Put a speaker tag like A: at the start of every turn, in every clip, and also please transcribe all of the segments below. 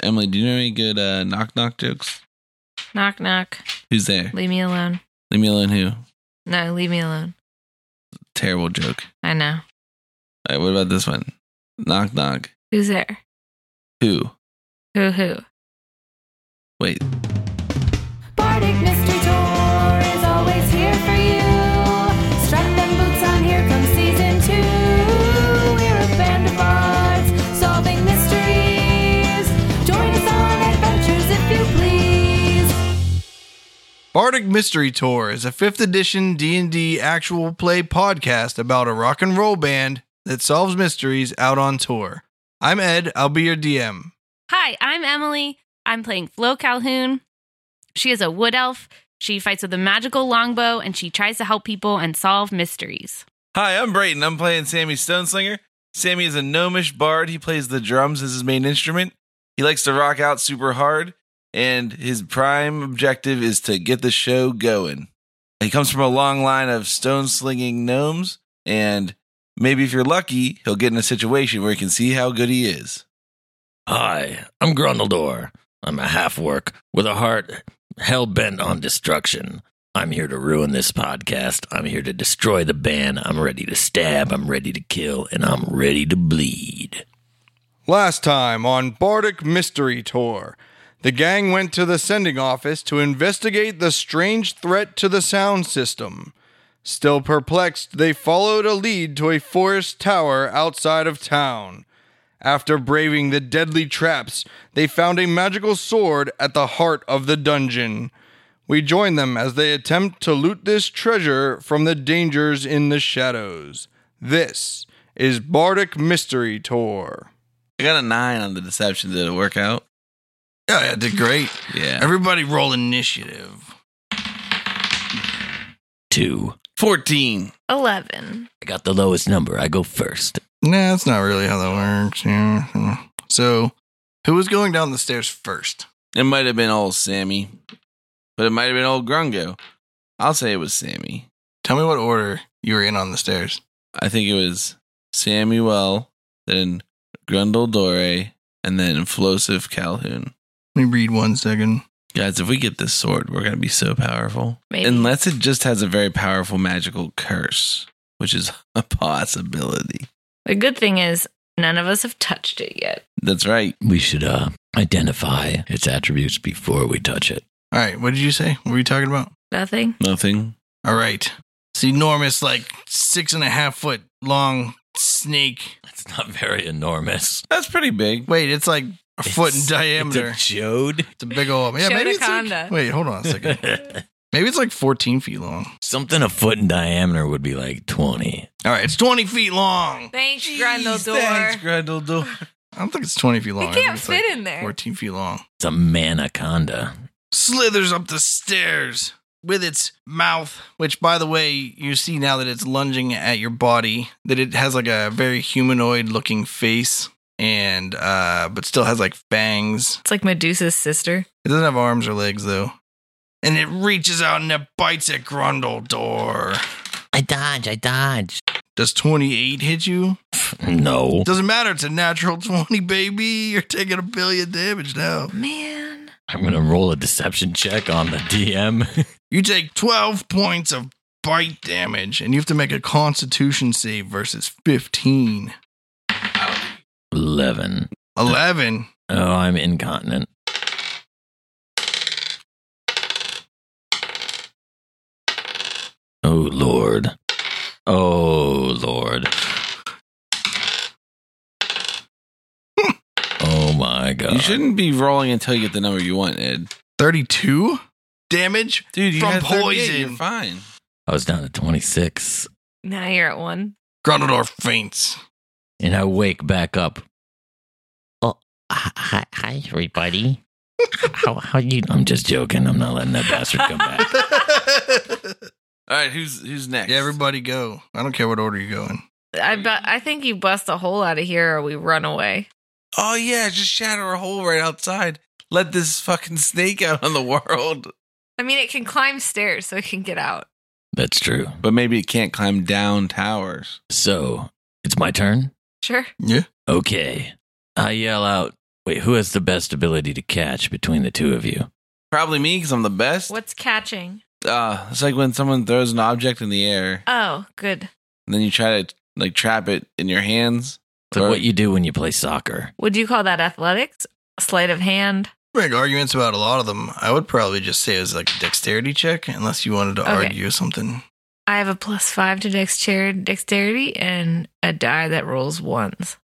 A: Emily, do you know any good uh, knock knock jokes?
B: Knock knock.
A: Who's there?
B: Leave me alone.
A: Leave me alone. Who?
B: No, leave me alone.
A: Terrible joke.
B: I know.
A: All right, what about this one? Knock knock.
B: Who's there?
A: Who?
B: Who who?
A: Wait.
C: Bardic Mystery Tour is always here for you. Strap them boots on, here comes season two. We're a band of bards solving mysteries. Join us on adventures if you please.
D: Bardic Mystery Tour is a 5th edition D&D actual play podcast about a rock and roll band that solves mysteries out on tour. I'm Ed, I'll be your DM.
B: Hi, I'm Emily. I'm playing Flo Calhoun. She is a wood elf. She fights with a magical longbow and she tries to help people and solve mysteries.
E: Hi, I'm Brayton. I'm playing Sammy Stoneslinger. Sammy is a gnomish bard. He plays the drums as his main instrument. He likes to rock out super hard, and his prime objective is to get the show going. He comes from a long line of stone slinging gnomes, and maybe if you're lucky, he'll get in a situation where you can see how good he is.
F: Hi, I'm Grundledor. I'm a half work with a heart hell bent on destruction. I'm here to ruin this podcast. I'm here to destroy the band. I'm ready to stab. I'm ready to kill. And I'm ready to bleed.
D: Last time on Bardic Mystery Tour, the gang went to the sending office to investigate the strange threat to the sound system. Still perplexed, they followed a lead to a forest tower outside of town. After braving the deadly traps, they found a magical sword at the heart of the dungeon. We join them as they attempt to loot this treasure from the dangers in the shadows. This is Bardic Mystery Tour.
A: I got a nine on the deception. Did it work out?
D: Yeah, yeah, did great.
A: Yeah.
D: Everybody roll initiative.
F: Two.
A: 14.
B: 11.
F: I got the lowest number. I go first.
D: Nah, that's not really how that works. Yeah. So, who was going down the stairs first?
A: It might have been old Sammy, but it might have been old Grungo. I'll say it was Sammy.
D: Tell me what order you were in on the stairs.
A: I think it was Samuel, then Grundledore, and then Flosive Calhoun.
D: Let me read one second.
A: Guys, if we get this sword, we're going to be so powerful.
B: Maybe.
A: Unless it just has a very powerful magical curse, which is a possibility.
B: The good thing is, none of us have touched it yet.
A: That's right.
F: We should uh, identify its attributes before we touch it.
D: All right, what did you say? What were you talking about?
B: Nothing?
A: Nothing.
D: All right. It's the enormous, like six and a half foot long snake.
F: It's not very enormous.
A: That's pretty big.
D: Wait, it's like a foot in
F: It's-
D: diameter. It's
F: It's a jode.
D: a, big old. Yeah, maybe it's
B: Shotoconda.
D: like, Wait, hold on a second. maybe it's like 14 feet long.
F: Something a foot in diameter would be like 20.
D: All right, it's 20 feet long.
B: Thanks,
E: Thanks, Grundledor.
D: I don't think it's 20 feet long. I think
B: can't
D: it's, like,
B: fit in there.
D: 14 feet long.
F: It's a manaconda.
D: slithers up the stairs with its mouth, which, by the way, you see now that it's lunging at your body, that it has like a very humanoid looking face and, uh, but still has like fangs.
B: It's like Medusa's sister.
D: It doesn't have arms or legs though. And it reaches out and it bites at Grundledor.
F: I dodge, I dodge.
D: Does 28 hit you?
F: No.
D: Doesn't matter. It's a natural 20, baby. You're taking a billion damage now.
B: Man.
F: I'm gonna roll a deception check on the DM.
D: You take 12 points of bite damage, and you have to make a constitution save versus 15.
F: Eleven.
D: 11.
F: Oh, I'm incontinent. Oh Lord. Oh Lord. oh my god.
A: You shouldn't be rolling until you get the number you want, Ed.
D: 32 damage?
A: Dude, you
D: From
A: had 38,
D: poison.
A: You're fine.
F: I was down to twenty six.
B: Now you're at one.
D: Grundledor faints.
F: And I wake back up. Oh, hi, hi everybody. how how you? I'm just joking. I'm not letting that bastard come back.
A: All right, who's who's next?
D: yeah, everybody go. I don't care what order you go in.
B: I bet. I think you bust a hole out of here or we run away.
A: Oh yeah, just shatter a hole right outside. Let this fucking snake out on the world.
B: I mean, it can climb stairs so it can get out.
F: That's true.
A: But maybe it can't climb down towers.
F: So it's my turn.
B: Sure.
D: Yeah.
F: Okay. I yell out, Wait, who has the best ability to catch between the two of you?
A: Probably me because I'm the best.
B: What's catching?
A: Uh, it's like when someone throws an object in the air,
B: Oh, good.
A: and then you try to like trap it in your hands.
F: So
A: Or-
F: what you do when you play soccer?
B: Would you call that athletics? Sleight of hand?
D: Big arguments about a lot of them. I would probably just say it was like a dexterity check, unless you wanted to
B: Okay.
D: argue something.
B: I have a plus five to dexterity, dexterity and a die that rolls ones.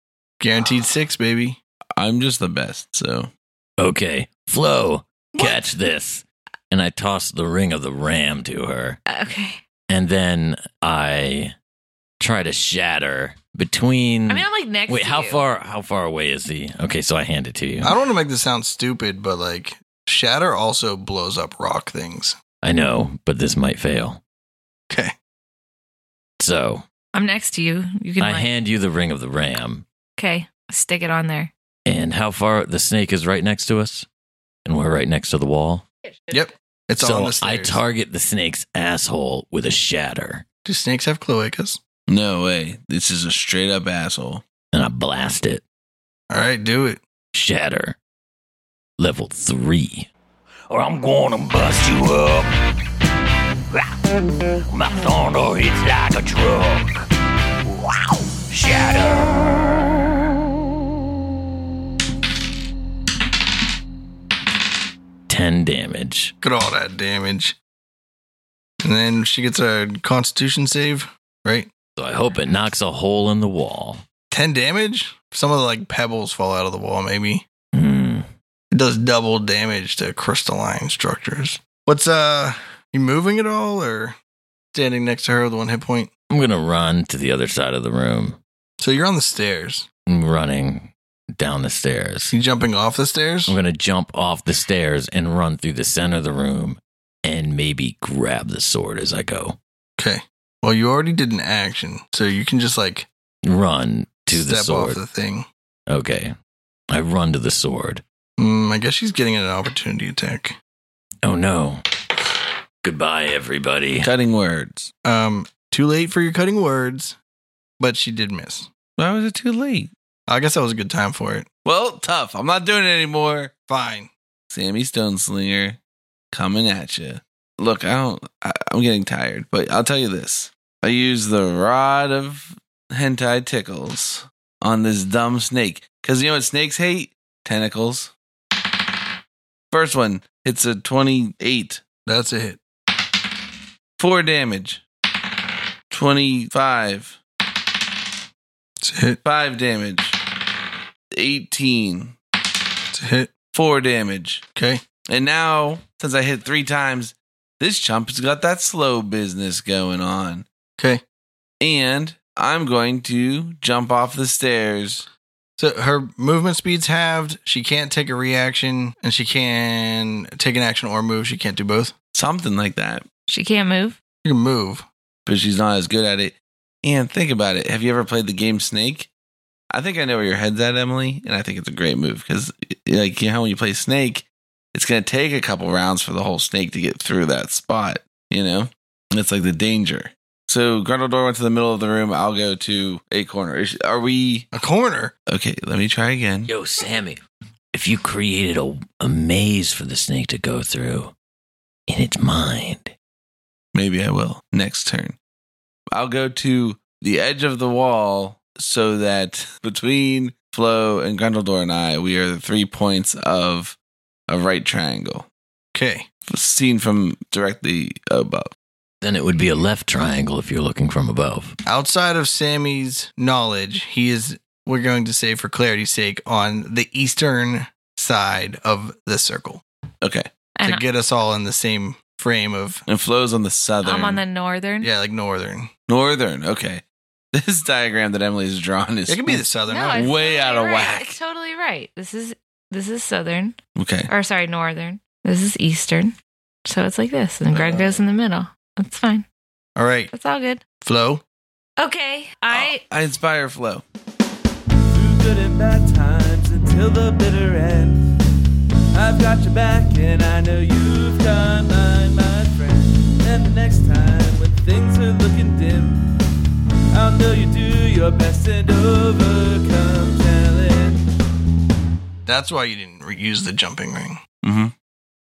D: Guaranteed six, baby.
A: I'm just the best, so
F: Okay, Flo, catch this. And I toss the ring of the ram to her.
B: Uh, Okay.
F: And then I try to shatter between.
B: I mean, I'm like next.
F: Hmm. Wait,
B: to
F: how
B: you.
F: far? How far away is he? Okay, so I hand it to you.
D: I don't want to make this sound stupid, but like shatter also blows up rock things.
F: I know, but this might fail.
D: Okay.
F: So
B: I'm next to you. You can
F: I
B: like,
F: hand you the ring of the ram,
B: okay, stick it on there.
F: and how far the snake is right next to us, and we're right next to the wall.
D: Yep. It's
F: so
D: on the
F: I
D: stairs.
F: target the snake's asshole with a shatter,
D: Do snakes have cloacas?
A: no way. This is a straight up asshole.
F: and I blast it.
D: All right, do it.
F: Shatter, level three. Or I'm gonna bust you up. My thunder hits like a truck. Wow, shatter. Ten damage.
D: Look at all that damage. And then she gets a constitution save, right?
F: So I hope it knocks a hole in the wall.
D: 10 damage? Some of the like pebbles fall out of the wall, maybe.
F: Hmm.
D: It does double damage to crystalline structures. What's uh you moving at all or standing next to her with one hit point?
F: I'm gonna run to the other side of the room.
D: So you're on the stairs.
F: I'm running down the stairs.
D: You jumping off the stairs?
F: I'm gonna jump off the stairs and run through the center of the room and maybe grab the sword as I go.
D: Okay. Well, you already did an action, so you can just like
F: Run to the
D: step off
F: sword.
D: the thing.
F: okay. I run to the sword.
D: Mm, I guess she's getting an opportunity attack.
F: Oh no. Goodbye, everybody.
A: Cutting words.
D: Um, too late for your cutting words, but she did miss.
A: Why was it too late?
D: I guess that was a good time for it.
A: Well, tough. I'm not doing it anymore.
D: Fine.
A: Sammy Stoneslinger coming at you. Look, I don't. I, I'm getting tired, but I'll tell you this: I use the rod of hentai tickles on this dumb snake because you know what snakes hate? Tentacles. First one hits a 28,
D: That's a hit.
A: four damage. 25,
D: It's a hit.
A: five damage. 18,
D: It's a hit.
A: four damage.
D: Okay.
A: And now, since I hit three times, this chump's got that slow business going on.
D: Okay.
A: And I'm going to jump off the stairs.
D: So her movement speed's halved. She can't take a reaction, and she can take an action or a move. She can't do both.
A: Something like that.
B: She can't move.
D: You can move.
A: But she's not as good at it. And think about it. Have you ever played the game Snake? I think I know where your head's at, Emily. And I think it's a great move because, like, you know, how when you play Snake, it's going to take a couple rounds for the whole snake to get through that spot, you know? And it's like the danger. So Grundledor went to the middle of the room. I'll go to a corner. Is- Are we
D: A corner.
A: Okay, let me try again.
F: Yo, Sammy, if you created a, a maze for the snake to go through in its mind,
A: Maybe I will next turn. I'll go to the edge of the wall so that between Flo and Grundledor and I, we are the three points of a right triangle,
D: Okay.
A: seen from directly above.
F: then it would be a left triangle if you're looking from above.
D: Outside of Sammy's knowledge, he is. We're going to say, for clarity's sake, on the eastern side of the circle
A: Okay,
D: to
B: And
D: get us all in the same frame of
A: and Flo's on the southern.
B: I'm on the northern.
D: yeah, like northern.
A: northern. Okay, this diagram that Emily's drawn is
D: It could be the southern.
B: No,
D: right?
B: it's
A: way
B: totally
A: out of
B: right.
A: whack.
B: It's totally right. This is this is southern
A: okay.
B: or sorry northern. This is eastern. So it's like this, and Greg goes in the middle. That's fine.
D: all right,
B: That's all good.
D: Flo.
B: Okay, I
A: I inspire Flo.
G: through good and bad times until the bitter end. I've got your back, and I know you've got mine, my friend. And the next time when things are looking dim, I'll know you do your best and overcome talent.
D: That's why you didn't re- use the jumping ring.
A: Mm-hmm.
D: Oh.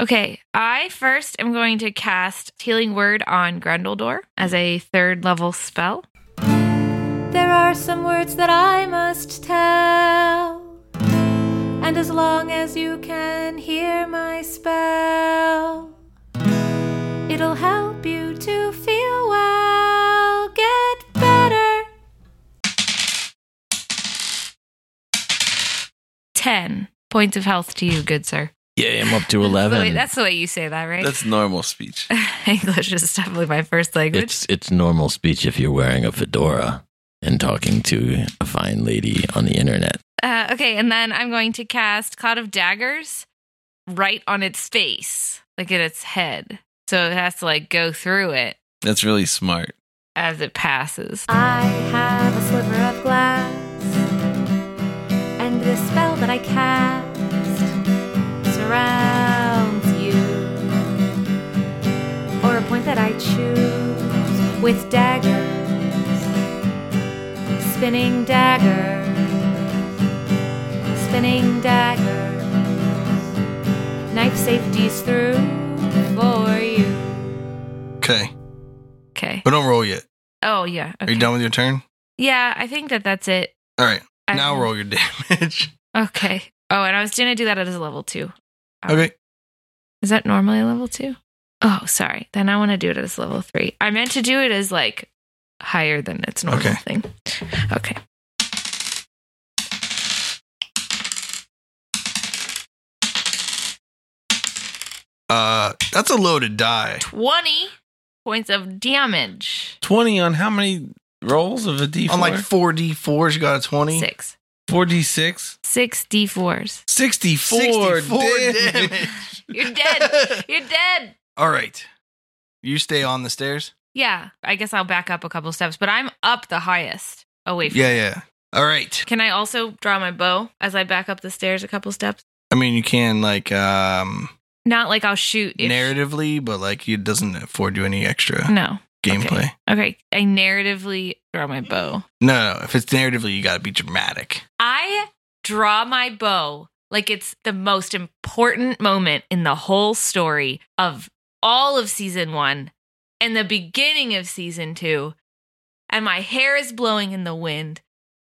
B: Okay, I first am going to cast Healing Word on Grundledor as a third level spell.
C: There are some words that I must tell. And as long as you can hear my spell, it'll help you to feel well. Get better.
B: 10 points of health to you, good sir.
F: Yeah, I'm up to
B: That's the way-
F: 11.
B: That's the way you say that, right?
A: That's normal speech.
B: English is definitely my first language.
F: it's it's normal speech if you're wearing a fedora and talking to a fine lady on the internet.
B: Uh, okay, and then I'm going to cast Cloud of Daggers right on its face, like in its head. So it has to like go through it
A: That's really smart.
B: as it passes.
C: I have a sliver of glass, and the spell that I cast surrounds you, or a point that I choose with daggers, spinning daggers, spinning daggers. Knife safety's through for you.
D: Okay,
B: Okay.
D: but don't roll yet.
B: Oh yeah.
D: Are
B: Okay.
D: you done with your turn?
B: Yeah, I think that that's it.
D: All right,
B: I-
D: now roll your damage.
B: Okay. Oh, and I was gonna do that as a level two.
D: okay,
B: Is that normally a level two? Oh, sorry. Then I want to do it as level three. I meant to do it as like higher than its normal
D: Okay.
B: thing. Okay.
D: uh, that's a loaded die.
B: 20 points of damage.
A: 20 on how many rolls of a D4?
D: On like four d fours, you got a twenty.
B: Six.
A: 46?
B: Six D4s.
A: 64.
D: 64
A: damn.
D: damage.
B: You're dead. You're dead.
D: All right, you stay on the stairs.
B: Yeah, I guess I'll back up a couple steps, but I'm up the highest away from.
D: Yeah, yeah. All right.
B: Can I also draw my bow as I back up the stairs a couple steps?
D: I mean, you can like um
B: Not like I'll shoot. If Mm,
D: narratively, but like it doesn't afford you any extra
B: No.
D: gameplay.
B: Okay. I narratively draw my bow.
D: No, no. If it's narratively, you got to be dramatic.
B: I draw my bow like it's the most important moment in the whole story of all of season one and the beginning of season two. And my hair is blowing in the wind,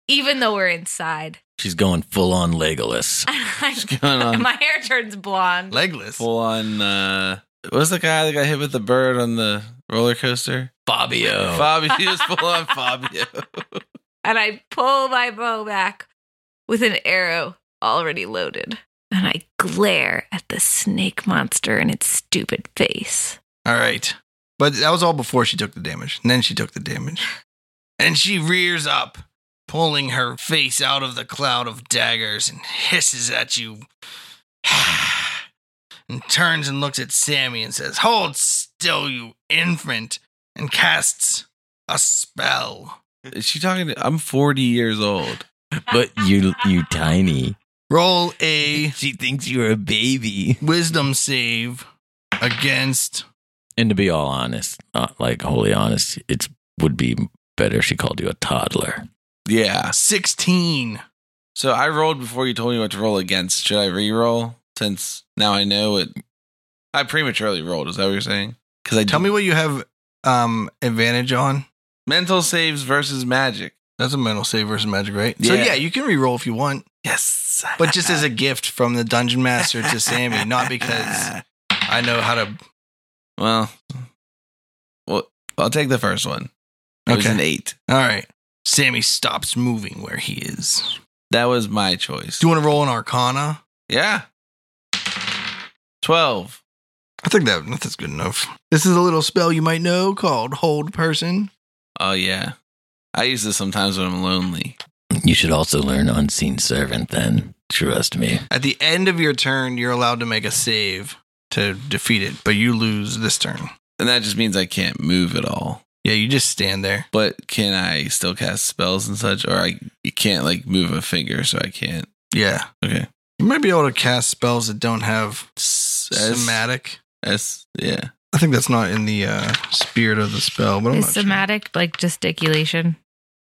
B: even though we're inside.
F: She's going full on Legolas.
A: What's going on?
B: my hair turns blonde.
D: Legless.
A: Full on. Uh, what was the guy that got hit with the bird on the roller coaster?
F: Fabio.
A: Fabio. He was full on Fabio.
B: And I pull my bow back with an arrow already loaded. And I glare at the snake monster in its stupid face.
D: All right. But that was all before she took the damage. And then she took the damage. And she rears up, pulling her face out of the cloud of daggers and hisses at you. and turns and looks at Sammy and says, Hold still, you infant. And casts a spell.
A: Is she talking to. I'm 40 years old.
F: but you you tiny.
D: Roll a
F: She thinks you're a baby.
D: wisdom save against.
F: And to be all honest, not like wholly honest, it would be better if she called you a toddler.
A: Yeah.
D: 16.
A: So I rolled before you told me what to roll against. Should I re-roll since now I know it? I prematurely rolled. Is that what you're saying? Because I
D: Tell
A: did-
D: me what you have um advantage on.
A: mental saves versus magic.
D: That's a mental save versus magic, right? So
A: Yeah.
D: yeah, you can reroll if you want,
A: Yes,
D: but just as a gift from the dungeon master to Sammy, not because I know how to.
A: well, well, I'll take the first one. It was
D: Okay.
A: an eight.
D: All right, Sammy stops moving where he is.
A: That was my choice.
D: Do you want to roll an Arcana?
A: yeah, twelve.
D: I think that that's good enough. This is a little spell you might know called Hold Person.
A: Oh yeah, I use this sometimes when I'm lonely.
F: You should also learn unseen servant then. Trust me.
D: At the end of your turn, you're allowed to make a save to defeat it, but you lose this turn.
A: And that just means I can't move at all.
D: Yeah, you just stand there.
A: But can I still cast spells and such? Or I you can't like move a finger, so I can't.
D: Yeah.
A: Okay.
D: You might be able to cast spells that don't have
A: As-
D: somatic.
A: as yeah.
D: I think that's not in the uh, spirit of the spell, but I'm
B: Is
D: not sure.
B: somatic like gesticulation?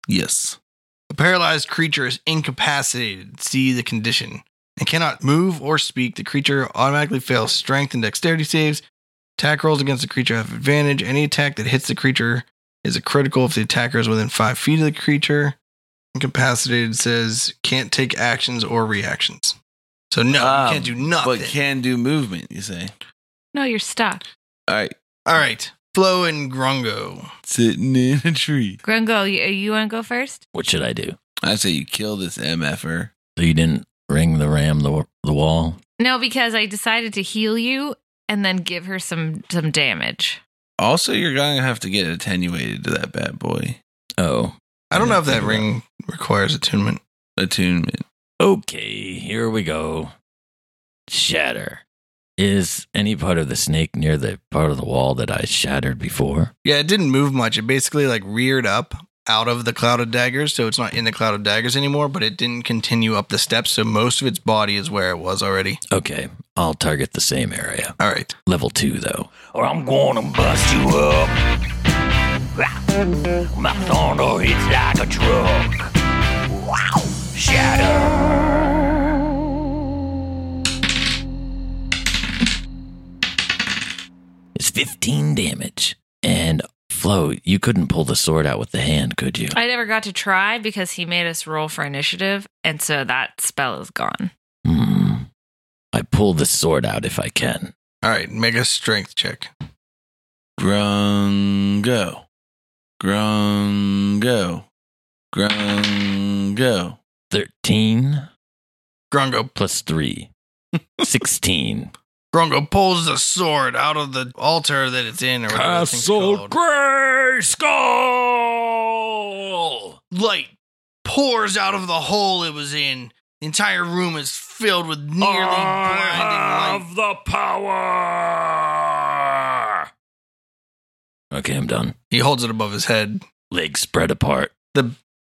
A: Yes.
D: A paralyzed creature is incapacitated. See the condition. and cannot move or speak, the creature automatically fails strength and dexterity saves. Attack rolls against the creature have advantage. Any attack that hits the creature is a critical if the attacker is within five feet of the creature. Incapacitated says can't take actions or reactions. So no,
A: Um,
D: you can't do
A: but
D: nothing.
A: can do movement, you say.
H: No, you're stuck.
A: All right.
D: All right, Flo and Grungo.
A: Sitting in a tree.
B: Grungo, you, uh, you want to go first?
F: What should I do?
A: I say you kill this MFer.
F: So you didn't ring the ram the the wall.
B: No, because I decided to heal you and then give her some some damage.
A: Also, you're going to have to get attenuated to that bad boy.
F: Oh,
D: I don't
A: Yeah,
D: know if that
A: yeah.
D: ring requires attunement.
A: Attunement.
F: okay. Here we go. Shatter. Is any part of the snake near the part of the wall that I shattered before?
D: Yeah, it didn't move much. It basically like reared up out of the cloud of daggers, so it's not in the cloud of daggers anymore, but it didn't continue up the steps, so most of its body is where it was already.
F: Okay, I'll target the same area.
D: All right.
F: Level two, though. Or I'm gonna bust you up. My thunder hits like a truck. Wow. Shatter. It's 15 damage. And Flo, you couldn't pull the sword out with the hand, could you?
B: I never got to try because he made us roll for initiative, and so that spell is gone.
F: Hmm. I pull the sword out if I can.
D: All right, make a strength check.
A: Grungo. Grungo. Grungo.
F: 13
D: Grungo
F: plus 3. 16.
D: Grungo pulls the sword out of the altar that it's in or whatever that thing's called.
F: Gray Skull.
D: Light pours out of the hole it was in. The entire room is filled with nearly blinding light.
F: the power. Okay, I'm done.
D: He holds it above his head.
F: Legs spread apart.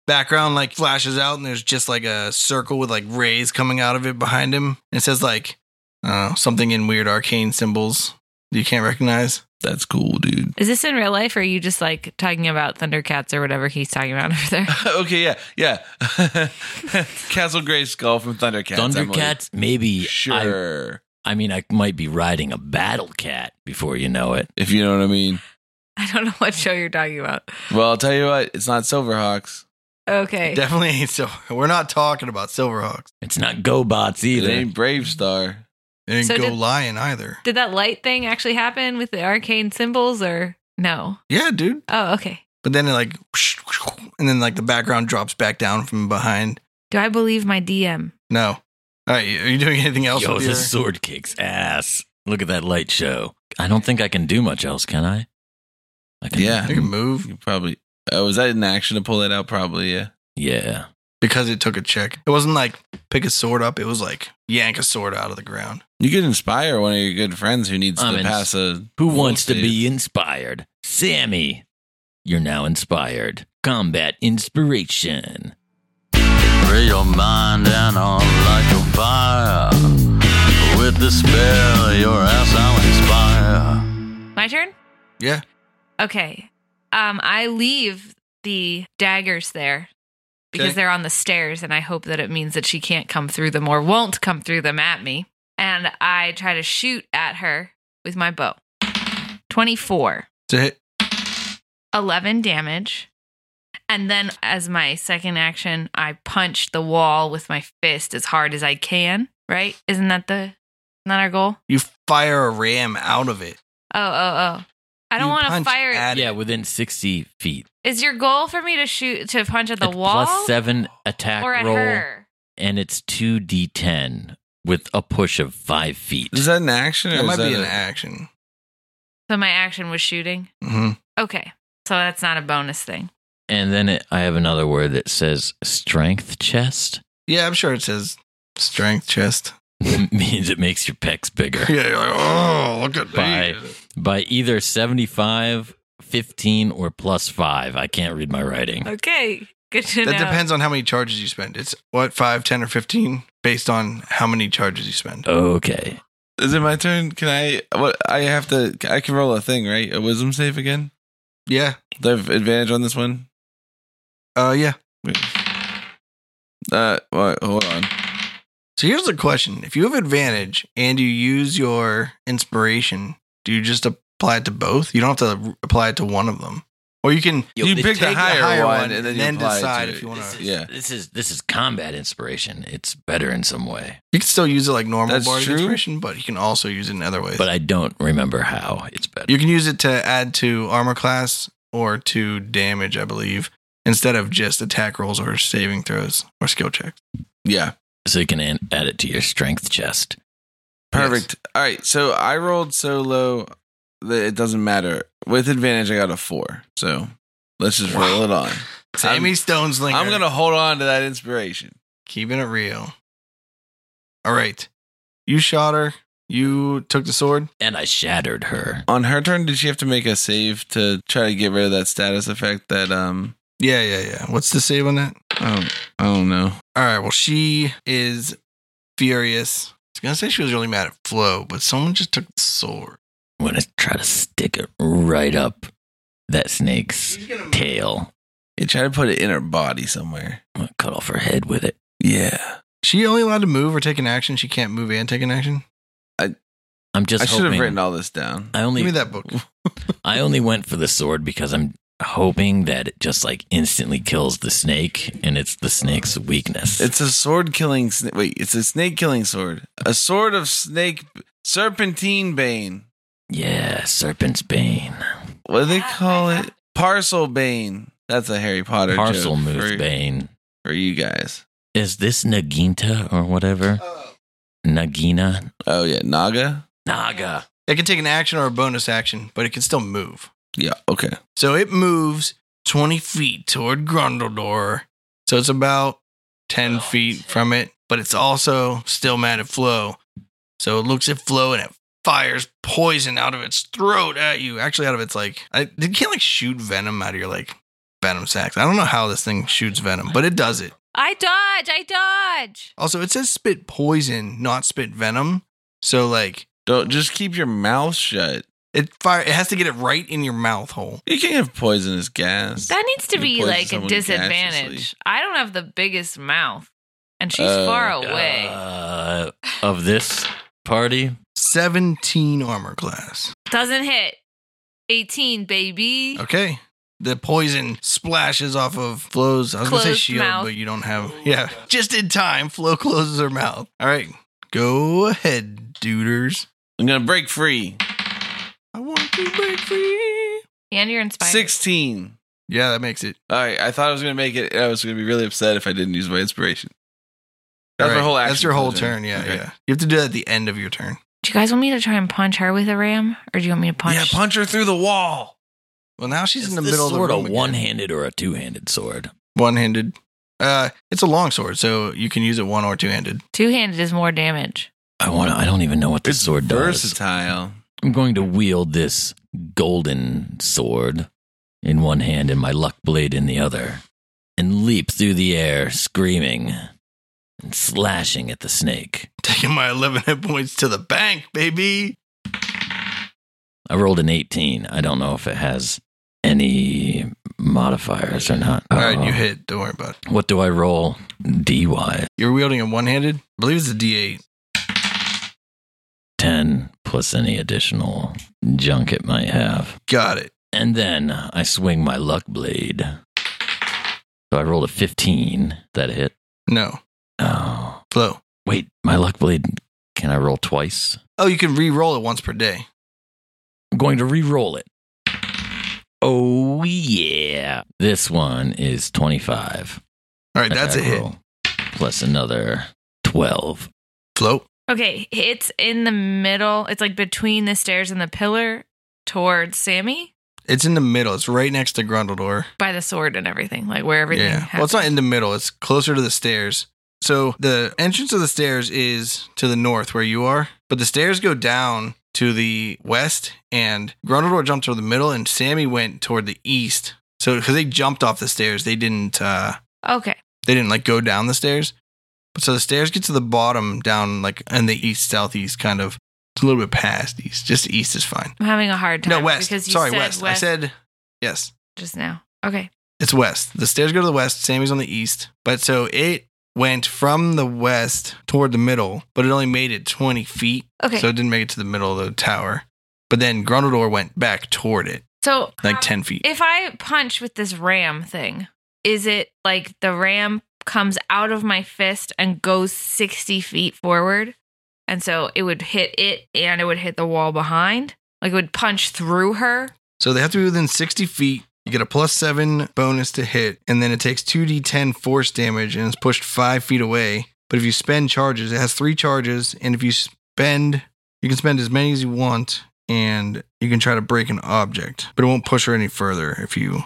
D: background like flashes out and there's just like a circle with like rays coming out of it behind him and it says like uh, something in weird arcane symbols that you can't recognize
A: That's cool, dude.
B: Is this in real life, or are you just like talking about Thundercats or whatever he's talking about over there?
A: okay, yeah, yeah. Castle Grey Skull from Thundercats. Emily.
F: Thundercats, maybe. I,
A: Sure.
F: I mean, I might be riding a battle cat before you know it.
A: if you know what I mean.
B: I don't know what show you're talking about.
A: Well, I'll tell you what, it's not Silverhawks.
B: Okay.
D: definitely ain't so we're not talking about silverhawks
F: It's not GoBots either.
A: It ain't Brave Star.
D: it ain't
B: So
D: go
B: did-
D: lion either
B: Did that light thing actually happen with the arcane symbols, or no?
D: yeah dude
B: Oh, okay.
D: but then it like and then like the background drops back down from behind
B: Do I believe my DM?
D: no all right are you doing anything else
F: Yo,
D: with
F: this
D: your-
F: sword kicks ass. Look at that light show. I don't think I can do much else, can I? I can,
A: Yeah.
D: you can move
A: You probably. Oh, was that an action to pull that out? Probably, yeah.
F: Yeah.
D: because it took a check it wasn't like pick a sword up it was like yank a sword out of the ground
A: You could inspire one of your good friends who needs
F: I'm
A: to
F: ins-
A: pass a.
F: Who
A: will
F: wants to
A: save.
F: be inspired? Sammy, you're now inspired. Combat inspiration.
G: Spray your mind and on like a fire. With the spell, your ass I'll inspire.
B: My turn?
D: yeah
B: Okay. Um, I leave the daggers there because
D: Okay.
B: they're on the stairs, and I hope that it means that she can't come through them or won't come through them at me. And I try to shoot at her with my bow. 24,
D: to hit
B: 11 damage. And then, as my second action, I punch the wall with my fist as hard as I can, right? Isn't that the, isn't that our goal?
D: You fire a ram out of it.
B: Oh, oh, oh. I don't
D: You
B: want to
D: punch
B: fire.
D: at
F: Yeah,
D: it.
F: within 60 feet.
B: Is your goal for me to shoot to punch at the
F: It's
B: wall
F: Plus seven attack
B: or at
F: roll,
B: her?
F: and it's 2d10 with a push of five feet.
A: Is that an action? Or
D: That
A: is
D: might
A: that
D: be an
A: a-
D: action.
B: So my action was shooting.
D: hmm
B: Okay, so that's not a bonus thing.
F: And then it, I have another word that says strength chest.
D: Yeah, I'm sure it says strength chest.
F: means it makes your pecs bigger.
D: Yeah, you're like, oh, look at
F: By- by either 75, 15, or plus 5. I can't read my writing.
B: Okay, good to
D: That
B: know.
D: depends on how many charges you spend. It's what, 5, 10, or 15 based on how many charges you spend.
F: Okay.
A: Is it my turn? Can I? What I have to? I can roll a thing, right? A wisdom save again.
D: Yeah.
A: Do I have advantage on this one?
D: Uh, yeah.
A: Uh, well, hold on.
D: So here's the question: If you have advantage and you use your inspiration, do you just apply it to both? You don't have to apply it to one of them, or you can
A: you
F: the
A: pick the
D: take the
A: higher,
D: higher
A: one,
D: one
A: and then,
D: and
A: you
D: then
A: apply it
D: decide
A: to
D: if
A: it.
D: you wanna-
F: This is,
A: Yeah.
F: this is this is combat inspiration. It's better in some way,
D: you can still use it like normal
A: That's
D: bardic
A: true.
D: inspiration, but you can also use it in other ways.
F: but I don't remember how it's better.
D: you can use it to add to armor class or to damage, I believe, instead of just attack rolls or saving throws or skill checks.
A: Yeah.
F: so you can an- add it to your strength chest.
A: Perfect. All right. So I rolled so low that it doesn't matter. With advantage, I got a four. So let's just roll it on.
D: Sammy Stoneslinger.
A: I'm going to hold on to that inspiration.
D: keeping it real. All right, you shot her. You took the sword.
F: And I shattered her.
A: On her turn, did she have to make a save to try to get rid of that status effect that, um,
D: Yeah, yeah, yeah. What's the save on that? Um,
A: I don't, I don't know.
D: All right. Well, she is furious. I was gonna say she was really mad at Flo, but someone just took the sword.
F: I'm gonna try to stick it right up that snake's tail.
A: You try to put it in her body somewhere.
F: I'm gonna cut off her head with it.
A: Yeah.
D: She only allowed to move or take an action. She can't move and take an action.
F: I'm just
A: I should have
F: hoping-
A: written all this down.
F: I
D: Give me
F: only
D: that book.
F: I only went for the sword because I'm hoping that it just like instantly kills the snake, and it's the snake's weakness.
A: It's a sword killing. Sna- Wait, it's a snake killing sword. A sword of snake serpentine bane.
F: yeah, serpent's bane,
A: What do they call it? Parcel bane. That's a Harry Potter
F: parcel
A: joke
F: move
A: for,
F: bane.
A: for you guys.
F: Is this Naginta or whatever?
D: Oh.
F: Nagina,
A: Oh yeah, Naga.
F: Naga.
D: It can take an action or a bonus action, but it can still move.
A: Yeah. Okay.
D: So it moves 20 feet toward Grundledor. So it's about 10 feet from it, but it's also still mad at Flo. So it looks at Flo and it fires poison out of its throat at you. Actually, out of its like, I, you can't like shoot venom out of your like venom sacs. I don't know how this thing shoots venom, but it does it.
B: I dodge. I dodge.
D: Also, it says spit poison, not spit venom. So like,
A: Don't just keep your mouth shut.
D: it fire. It has to get it right in your mouth hole.
A: You can't have poisonous gas.
B: That needs to
A: You
B: be
A: poison
B: like a
A: someone
B: disadvantage.
A: gaseously.
B: I don't have the biggest mouth, and she's
F: Oh,
A: Uh,
B: far away.
F: Uh, of this party,
D: 17 armor class.
B: Doesn't hit. 18, baby.
D: Okay. The poison splashes off of Flo's. I was gonna say
B: Closed
D: shield,
B: mouth.
D: but you don't have. Yeah, just in time, Flo closes her mouth. All right, go ahead, duders.
A: I'm gonna break free.
D: I want to break free.
B: And you're inspired.
A: Sixteen.
D: Yeah, that makes it.
A: All right. I thought I was gonna make it. I was gonna be really upset if I didn't use my inspiration. That's
D: All
A: my
D: right,
A: whole action.
D: That's your whole
A: for the
D: turn. Yeah,
A: Okay.
D: yeah. You have to do that at the end of your turn.
I: Do you guys want me to try and punch her with a ram, or do you want me to punch?
A: Yeah, punch her through the wall.
D: Well, now she's
F: is
D: in the
F: this
D: middle of the
F: sword
D: room.
F: a one-handed or a two-handed sword?
D: One handed. Uh, it's a long sword, so you can use it one or two handed.
I: Two handed is more damage.
F: I want. to I don't even know what this sword does.
A: Versatile.
F: I'm going to wield this golden sword in one hand and my luck blade in the other, and leap through the air, screaming and slashing at the snake.
D: Taking my 11 hit points to the bank, baby.
F: I rolled an 18. I don't know if it has any modifiers or not.
D: All right, you
F: Uh,
D: hit. Don't worry about it.
F: What do I roll? D wise.
D: You're wielding it one handed. I believe it's a D8.
F: 10 plus any additional junk it might have.
D: Got it.
F: And then I swing my luck blade. So I rolled a 15. That hit.
D: No.
F: Oh.
D: Flow.
F: Wait, my luck blade, can I roll twice?
D: Oh, you can re roll it once per day.
F: I'm going to re roll it. Oh, yeah. This one is 25.
D: All right, that's a
F: Attack
D: hit.
F: roll. Plus another 12.
D: Float.
B: Okay, it's in the middle. It's like between the stairs and the pillar towards Sammy
D: It's in the middle. It's right next to Grundledor.
B: by the sword and everything, like where everything
D: yeah.
B: happens.
D: Well, it's not in the middle. It's closer to the stairs. So the entrance of the stairs is to the north where you are, but the stairs go down to the west, and Grundledor jumped toward the middle, and Sammy went toward the east. So because they jumped off the stairs, they didn't. uh
B: okay.
D: they didn't like go down the stairs. So the stairs get to the bottom down like in the east southeast kind of. It's a little bit past east. Just east is fine.
B: I'm having a hard time.
D: no west.
B: Because you
D: Sorry,
B: said
D: west.
B: west.
D: I said yes.
B: just now. Okay.
D: It's west. The stairs go to the west. Sammy's on the east. But so it went from the west toward the middle, but it only made it 20 feet.
B: Okay.
D: So it didn't make it to the middle of the tower. But then Grundledor went back toward it,
B: So
D: like 10 feet.
B: if I punch with this ram thing, is it like the ram comes out of my fist and goes 60 feet forward? And so it would hit it and it would hit the wall behind? Like it would punch through her?
D: So they have to be within 60 feet. You get a plus seven bonus to hit, and then it takes 2d10 force damage and is pushed five feet away. But if you spend charges, it has three charges, and if you spend, you can spend as many as you want, and you can try to break an object, but it won't push her any further if you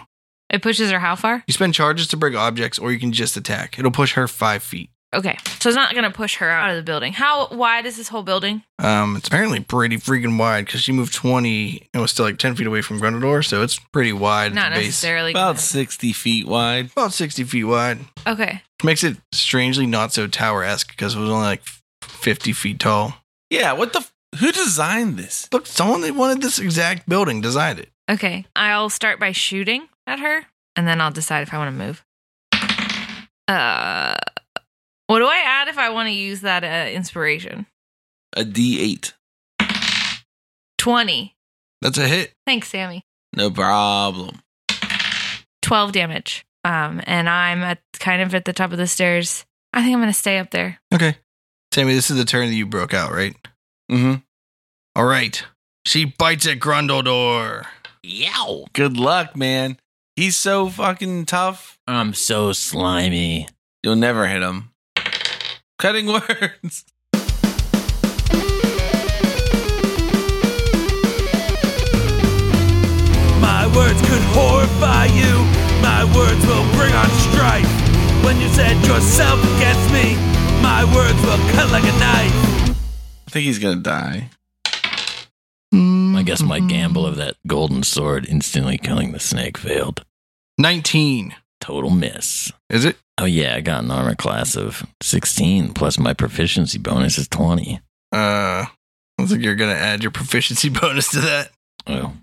B: It pushes her how far?
D: you spend charges to break objects, or you can just attack. It'll push her five feet.
B: Okay. So it's not going to push her out of the building. How wide is this whole building?
D: Um, it's apparently pretty freaking wide because she moved 20 and was still like 10 feet away from Grundador, so it's pretty wide.
B: Not
D: at the base.
B: necessarily.
A: About 60 feet wide.
D: About 60 feet wide.
B: Okay.
D: makes it strangely not so tower esque because it was only like 50 feet tall.
A: Yeah, what the? F- who designed this?
D: Look, someone that wanted this exact building designed it.
B: Okay. I'll start by shooting at her and then I'll decide if I want to move. Uh What do I add if I want to use that uh, inspiration?
A: A D8.
B: 20.
D: That's a hit.
B: Thanks, Sammy.
A: No problem.
B: 12 damage. Um and I'm at kind of at the top of the stairs. I think I'm going to stay up there.
D: Okay. Sammy, this is the turn that you broke out, right?
A: Mm-hmm.
D: All right. She bites at Grundledor.
F: Yow.
A: Good luck, man. He's so fucking tough.
F: I'm so slimy.
A: You'll never hit him. Cutting words.
G: My words could horrify you. My words will bring on strife. When you set yourself against me, my words will cut like a knife.
A: I think he's gonna die.
F: I guess my gamble of that golden sword instantly killing the snake failed.
D: 19.
F: Total miss.
D: Is it?
F: Oh yeah, I got an armor class of 16 plus my proficiency bonus is 20.
D: Uh, I think you're going to add your proficiency bonus to that.
F: Oh,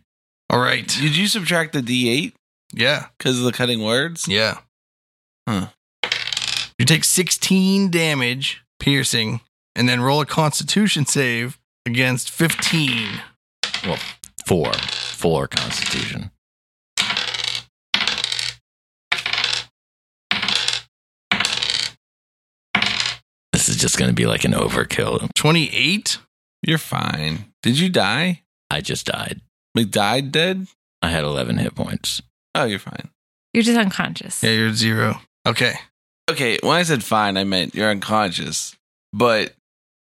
D: All right.
A: Did you subtract the D8
D: Yeah.
A: because of the cutting words?
D: Yeah.
A: Huh.
D: You take 16 damage, piercing, and then roll a constitution save against 15.
F: well, four, four Constitution. This is just going to be like an overkill.
D: 28?
A: You're fine. Did you die?
F: I just died.
A: Like died dead?
F: I had 11 hit points.
A: Oh, you're fine.
B: You're just unconscious.
D: Yeah, you're at zero. Okay.
A: Okay, when I said fine, I meant you're unconscious, but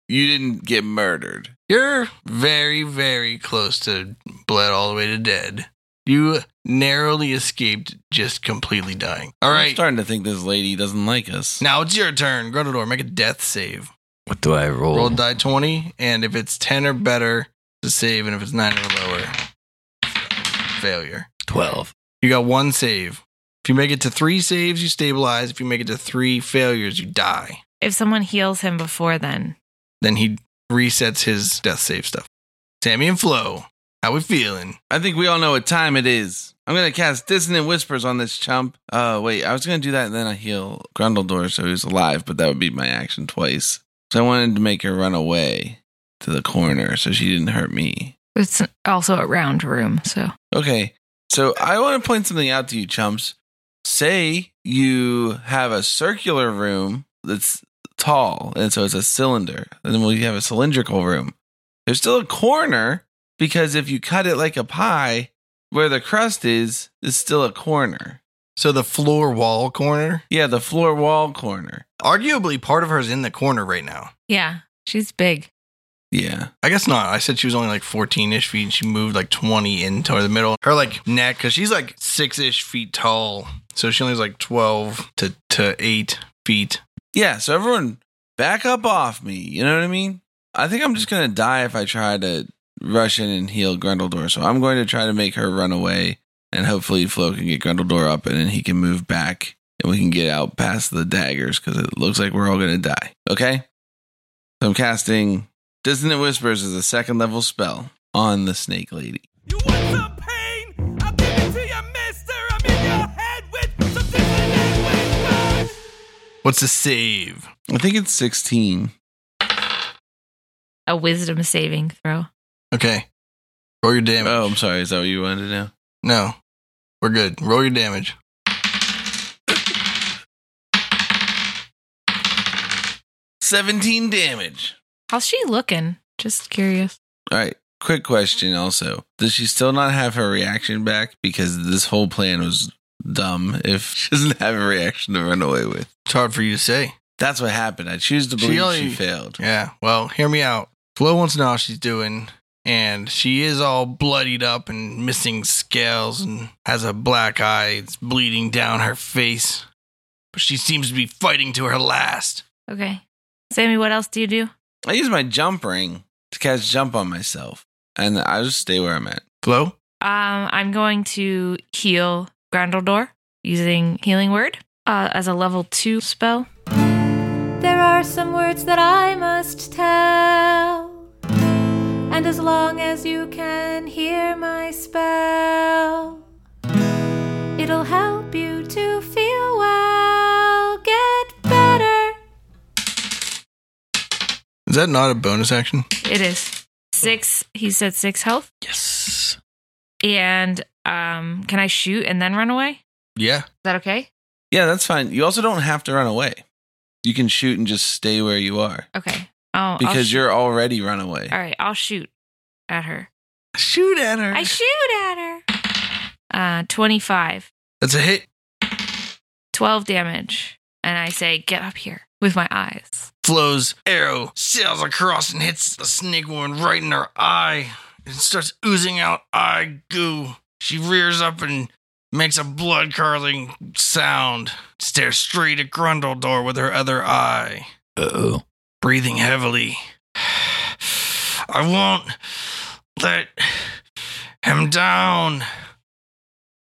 A: you didn't get murdered.
D: You're very, very close to bled all the way to dead. You narrowly escaped just completely dying. All
A: I'm
D: right.
A: starting to think this lady doesn't like us.
D: Now it's your turn. Grundador, make a death save.
F: What do I roll?
D: Roll die 20, and if it's 10 or better, to save, and if it's 9 or lower, failure.
F: 12.
D: You got one save. If you make it to three saves, you stabilize. If you make it to three failures, you die.
B: If someone heals him before then.
D: Then he resets his death save stuff. Sammy and Flo, how we feeling?
A: I think we all know what time it is. I'm gonna cast dissonant whispers on this chump. Uh, wait, I was gonna do that and then I heal Grundledor so he's alive, but that would be my action twice. So I wanted to make her run away to the corner so she didn't hurt me.
B: It's also a round room, so.
A: Okay, so I want to point something out to you, chumps. Say you have a circular room that's tall, and so it's a cylinder, and then we have a cylindrical room. There's still a corner because if you cut it like a pie, where the crust is, is still a corner.
D: So the floor wall corner,
A: Yeah, the floor wall corner.
D: arguably part of her is in the corner right now.
B: Yeah. She's big.
A: Yeah.
D: I guess not. I said she was only like 14 ish feet and she moved like 20 in toward the middle. Her like neck, because she's like six ish feet tall. So she only is like 12 to, to 8 feet.
A: Yeah, so everyone back up off me. You know what I mean? I think I'm just going to die if I try to rush in and heal Grundledor. So I'm going to try to make her run away and hopefully Flo can get Grundledor up and then he can move back and we can get out past the daggers because it looks like we're all going to die. Okay? So I'm casting Dissonant Whispers as a second level spell on the Snake Lady.
G: You want some pain? I'll give it to you, mister. I'm in your head with some dissonant whispers.
D: What's the save?
A: I think it's 16.
B: A wisdom saving throw.
D: Okay. Roll your damage.
A: Oh, I'm sorry. Is that what you wanted to know?
D: No. We're good. Roll your damage.
A: Seventeen damage.
B: How's she looking? Just curious.
A: All right. Quick question. Also, does she still not have her reaction back? Because this whole plan was dumb. If she doesn't have a reaction to run away with,
D: It's hard for you to say.
A: that's what happened. I choose to
D: She
A: believe she,
D: only-
A: failed.
D: Yeah. Well, hear me out. Flo wants to know how she's doing, and she is all bloodied up and missing scales and has a black eye. It's bleeding down her face. But she seems to be fighting to her last.
B: Okay. Sammy, what else do you do?
A: I use my jump ring to catch jump on myself, and I just stay where I'm at.
D: Flo?
B: Um, I'm going to heal Grandeldor using Healing Word uh, as a level two spell.
C: There are some words that I must tell. And as long as you can hear my spell, it'll help you to feel well. Get better.
D: Is that not a bonus action?
B: It is six. He said six health.
F: Yes.
B: And um, can I shoot and then run away? Is
D: Yeah.
B: that okay?
A: Yeah, that's fine. You also don't have to run away. You can shoot and just stay where you are
B: Okay. Oh, I'll
A: because
B: sh-
A: you're already run away.
B: all right. I'll shoot at her.
D: Shoot at her.
B: I shoot at her. Uh, 25,
D: That's a hit.
B: 12 damage. And I say, get up here with my eyes.
D: Flo's arrow sails across and hits the snake woman right in her eye and starts oozing out eye goo. She rears up and makes a blood curdling sound, stares straight at Grundledor with her other eye,
F: Uh oh.
D: breathing heavily. I won't let him down.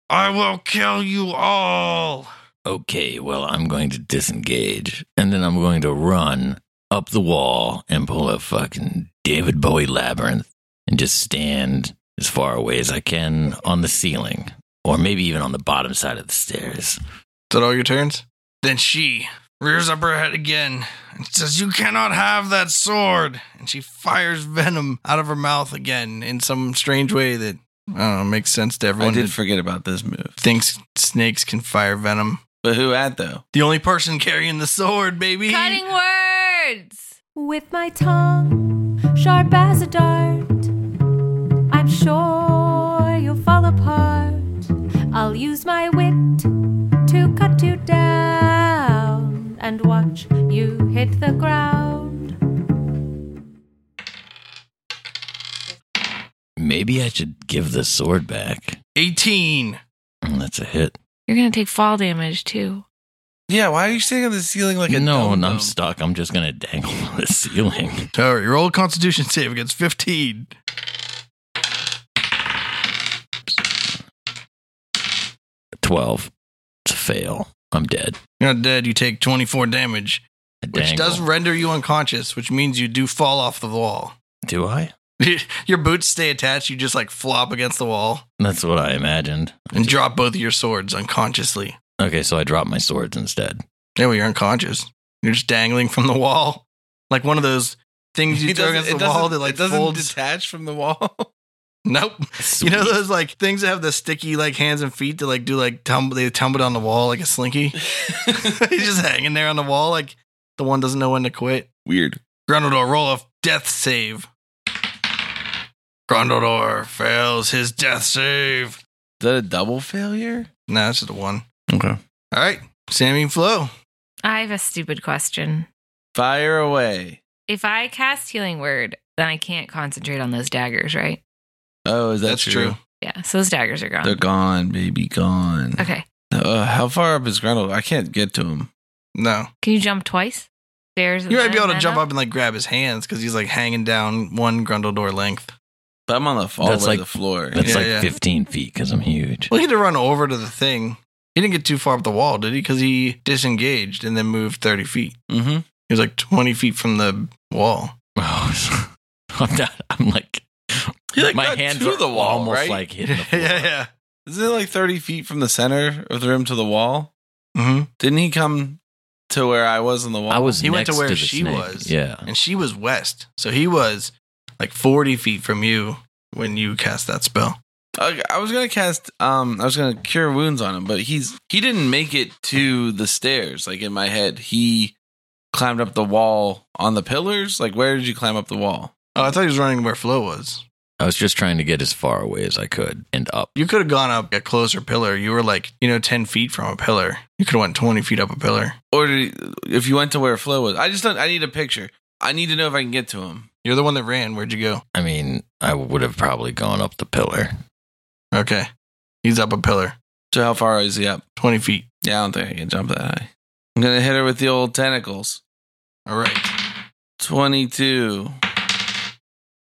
D: I will kill you all.
F: Okay, well, I'm going to disengage and then I'm going to run up the wall and pull a fucking David Bowie labyrinth and just stand as far away as I can on the ceiling or maybe even on the bottom side of the
D: Is
F: stairs.
D: that all your turns? Then she rears up her head again and says, You cannot have that sword. And she fires venom out of her mouth again in some strange way that, I don't know, makes sense to
A: I
D: everyone
A: did
D: that
A: forget about this move.
D: thinks snakes can fire venom.
A: But who at though?
D: The only person carrying the sword, baby.
B: Cutting words.
C: With my tongue sharp as a dart, I'm sure you'll fall apart. I'll use my wit to cut you down and watch you hit the ground.
F: Maybe I should give the sword back.
D: 18.
F: Mm, That's a hit.
B: You're going to take fall damage too.
A: Yeah, why are you standing on the ceiling like a
F: no,
A: dumb
F: and I'm
A: dumb?
F: stuck. I'm just going to dangle on the ceiling.
D: Sorry, your old constitution save against 15.
F: Twelve. It's a fail. I'm dead.
D: You're not dead. You take 24 damage,
F: I
D: which
F: dangle.
D: does render you unconscious, which means you do fall off the wall.
F: Do I?
D: Your boots stay attached. You just like flop against the wall.
F: That's what I imagined.
D: and drop both of your swords unconsciously.
F: Okay, so I drop my swords instead.
D: Yeah, well, you're unconscious. You're just dangling from the wall, like one of those things you
A: It
D: throw
A: doesn't-
D: against
A: it
D: the wall
A: doesn't-
D: that like
A: it doesn't
D: folds.
A: detach from the wall.
D: nope. You know those like things that have the sticky like hands and feet that like do like tumble. They tumble down the wall like a slinky. He's just hanging there on the wall like the one doesn't know when to quit.
A: Weird.
D: Grundledor, roll a death save. Grundledor fails his death save.
A: Is that a double failure?
D: Nah, that's just a one.
A: Okay.
D: All right, Sammy and Flo.
B: I have a stupid question.
A: Fire away.
B: If I cast Healing Word, then I can't concentrate on those daggers, right?
A: Oh, is that
D: That's
A: true?
D: true.
B: Yeah. So those daggers are gone.
A: They're gone, baby, gone.
B: Okay.
A: Uh, how far up is Grundle? I can't get to him.
D: No.
B: Can you jump twice? Stairs. and
D: You might be
B: then-
D: able to
B: then
D: jump up and like grab his hands because he's like hanging down one Grundledor length.
A: But I'm on the all
F: That's
A: the way
F: like-
A: to the floor.
F: That's
D: Yeah,
F: like
D: yeah.
F: 15 feet because I'm huge.
D: Well, he had to run over to the thing. He didn't get too far up the wall, did he? Because he disengaged and then moved 30 feet.
A: Mm-hmm.
D: He was like 20 feet from the wall.
F: Oh, I'm not. I'm like.
A: He, like,
F: my
A: got
F: hands
A: to
F: are
A: the wall,
F: almost
A: right?
F: like hitting the floor.
A: Isn't it like 30 feet from the center of the room to the wall?
D: Mm-hmm.
A: Didn't he come to where I was on the wall.
F: I was.
D: He went
F: next
D: to where
F: the
D: she
F: snake.
D: was.
F: Yeah.
D: and she was west, so he was like forty feet from you when you cast that spell.
A: I, I was gonna cast. Um, I was gonna cure wounds on him, but he's he didn't make it to the stairs. Like in my head, he climbed up the wall on the pillars. Like where did you climb up the wall?
D: Oh, I thought he was running where Flo was.
F: I was just trying to get as far away as I could and up.
D: You could have gone up a closer pillar. You were like, you know, ten feet from a pillar. You could have went twenty feet up a pillar.
A: Or did he, if you went to where Flo was? I just don't. I need a picture. I need to know if I can get to him.
D: You're the one that ran. Where'd you go?
F: I mean, I would have probably gone up the pillar.
D: Okay, he's up a pillar,
A: So how far is he up?
D: twenty feet.
A: Yeah, I don't think I can jump that high. I'm gonna hit her with the old tentacles.
D: All right,
A: Twenty-two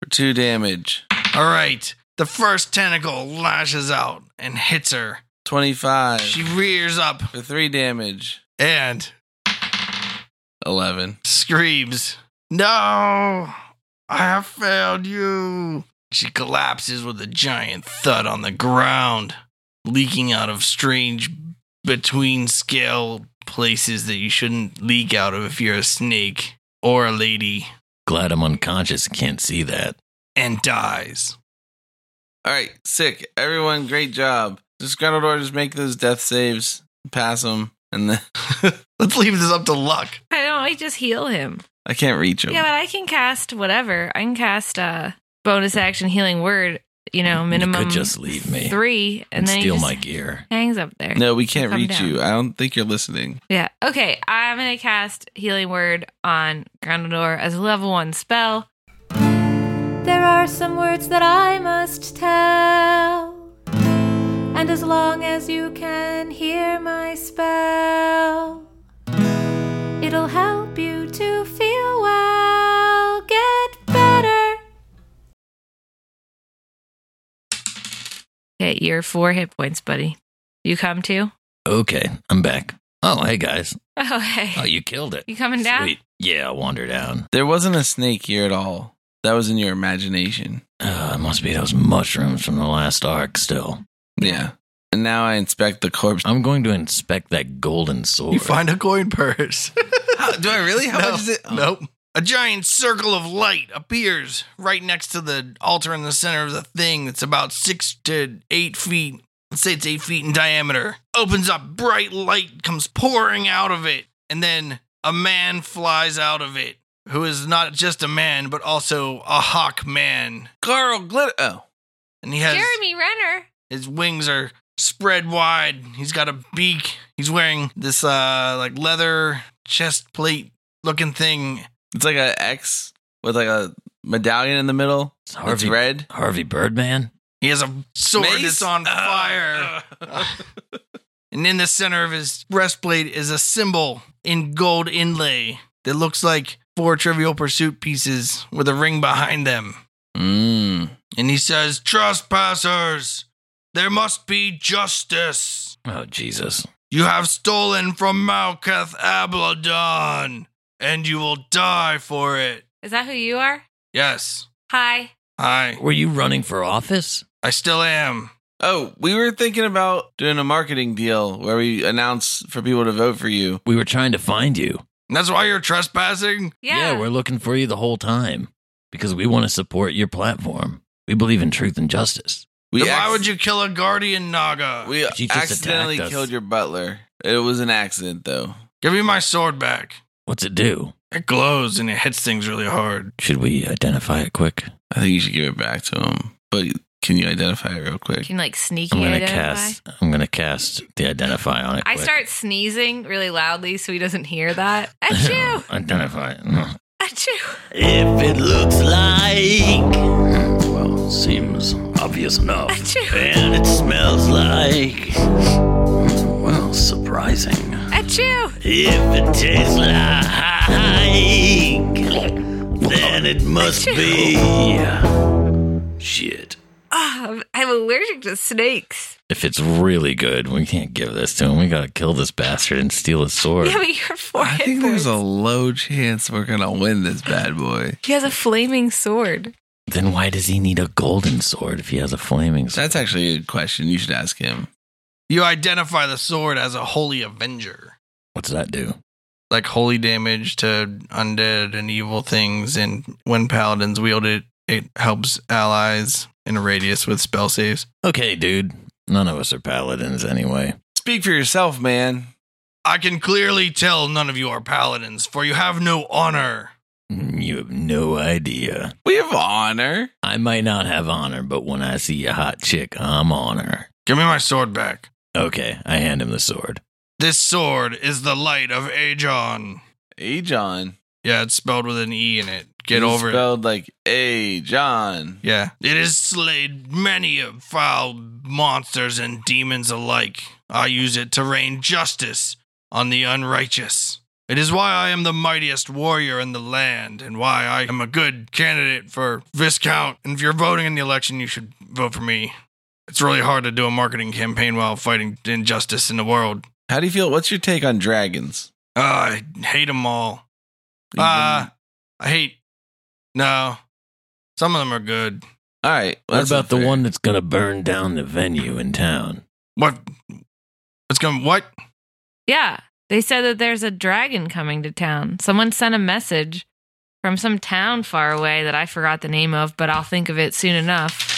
A: for two damage.
D: all right. The first tentacle lashes out and hits her.
A: Twenty-five
D: She rears up
A: for three damage.
D: and
A: Eleven.
D: screams, No, I have failed you. She collapses with a giant thud on the ground, leaking out of strange between scale places that you shouldn't leak out of if you're a snake or a lady,
F: Glad I'm unconscious. and Can't see that.
D: and dies.
A: All right, sick. Everyone, great job. Just Grendeldor, just make those death saves, pass them, and then
D: Let's leave this up to luck.
B: Why don't I just heal him?
A: I can't reach him.
B: Yeah, but I can cast whatever. I can cast uh bonus action healing word, you know, minimum
F: You could just leave me
B: three and,
F: and
B: then he
F: steal
B: just
F: my gear.
B: hangs up there.
A: no, we can't
B: Come
A: reach
B: down.
A: you. I don't think you're listening.
B: Yeah. Okay, I'm gonna cast healing word on Grandador as a level one spell.
C: There are some words that I must tell. And as long as you can hear my spell, it'll help you to feel well. Get better.
B: Get your four hit points, buddy. You come too?
F: Okay, I'm back. Oh, hey guys.
B: Oh
F: Oh,
B: hey.
F: you killed it.
B: You coming down?
F: Sweet. Yeah, I'll wander down.
A: There wasn't a snake here at all. That was in your imagination.
F: Uh, it must be those mushrooms from the last arc still.
A: Yeah. And now I inspect the corpse.
F: I'm going to inspect that golden sword.
D: You find a coin purse.
A: How- do I really? How
D: No.
A: much is it? Oh.
D: Nope. A giant circle of light appears right next to the altar in the center of the thing that's about six to eight feet. Let's say it's eight feet in diameter. Opens up, bright light comes pouring out of it. And then a man flies out of it, who is not just a man, but also a hawk man.
A: Carl Glitter. Oh.
D: And he has
B: Jeremy Renner.
D: his wings are spread wide. He's got a beak. He's wearing this uh like leather chest plate looking thing
A: It's like a X with like a medallion in the middle.
F: It's
A: It's
F: Harvey,
A: red.
F: Harvey Birdman?
D: He has a sword
A: Mace?
D: that's on
A: Ah.
D: fire. and in the center of his breastplate is a symbol in gold inlay that looks like four trivial pursuit pieces with a ring behind them.
A: Mm.
D: And he says, Trespassers, there must be justice.
F: Oh, Jesus.
D: You have stolen from Malkath Abladon, and you will die for it.
B: Is that who you are?
D: Yes,
B: Hi.
D: I,
F: Were you running for office?
D: I still am.
A: Oh, we were thinking about doing a marketing deal where we announce for people to vote for you.
F: We were trying to find you.
D: And that's why you're trespassing?
B: Yeah.
F: we're looking for you the whole time because we want to support your platform. We believe in truth and justice.
A: We
D: Then why
A: acc-
D: would you kill a guardian naga?
A: We
F: She just
A: accidentally
F: attacked us.
A: killed your butler. It was an accident, though.
D: Give me my sword back.
F: What's it do?
D: It glows and it hits things really hard.
F: Should we identify it quick?
A: I think you should give it back to him. But can you identify it real quick?
B: Can like sneaky
F: I'm gonna
B: identify?
F: cast. I'm gonna cast the identify on it.
B: I
F: quick.
B: start sneezing really loudly so he doesn't hear that. Achoo!
F: Oh. identify.
B: Achoo!
F: If it looks like, well, seems obvious enough,
B: Achoo.
F: and it smells like, well, surprising.
B: Achoo!
F: If it tastes like, then it must be shit.
B: Oh, I'm allergic to snakes.
F: If it's really good, we can't give this to him. We gotta kill this bastard and steal his sword.
B: Yeah, but you're four
A: I
B: hit
A: think there's a
B: points.
A: low chance we're gonna win this bad boy.
B: He has a flaming sword.
F: Then why does he need a golden sword if he has a flaming sword?
A: That's actually a good question. You should ask him.
D: You identify the sword as a holy avenger.
F: What's that do?
D: like holy damage to undead and evil things. And when paladins wield it, it helps allies in a radius with spell saves.
F: Okay, dude. None of us are paladins anyway.
A: Speak for yourself, man.
D: I can clearly tell none of you are paladins, for you have no honor.
F: Mm, You have no idea.
A: We have honor.
F: I might not have honor, but when I see a hot chick, I'm on her.
D: Give me my sword back.
F: Okay, I hand him the sword.
D: This sword is the light of Ajon.
A: A John.
D: Yeah, it's spelled with an E in it. Get
A: It's
D: over it.
A: spelled like A John.
D: Yeah. It has slayed many of foul monsters and demons alike. I use it to rain justice on the unrighteous. It is why I am the mightiest warrior in the land and why I am a good candidate for Viscount. And if you're voting in the election, you should vote for me. It's really hard to do a marketing campaign while fighting injustice in the world.
A: How do you feel? What's your take on dragons?
D: Uh, I hate them all. Uh, I hate. No. Some of them are good.
A: All right.
F: What
A: that's
F: about the
A: unfair.
F: one that's going to burn down the venue in town?
D: What? What's going? What?
B: Yeah. They said that there's a dragon coming to town. Someone sent a message from some town far away that I forgot the name of, but I'll think of it soon enough.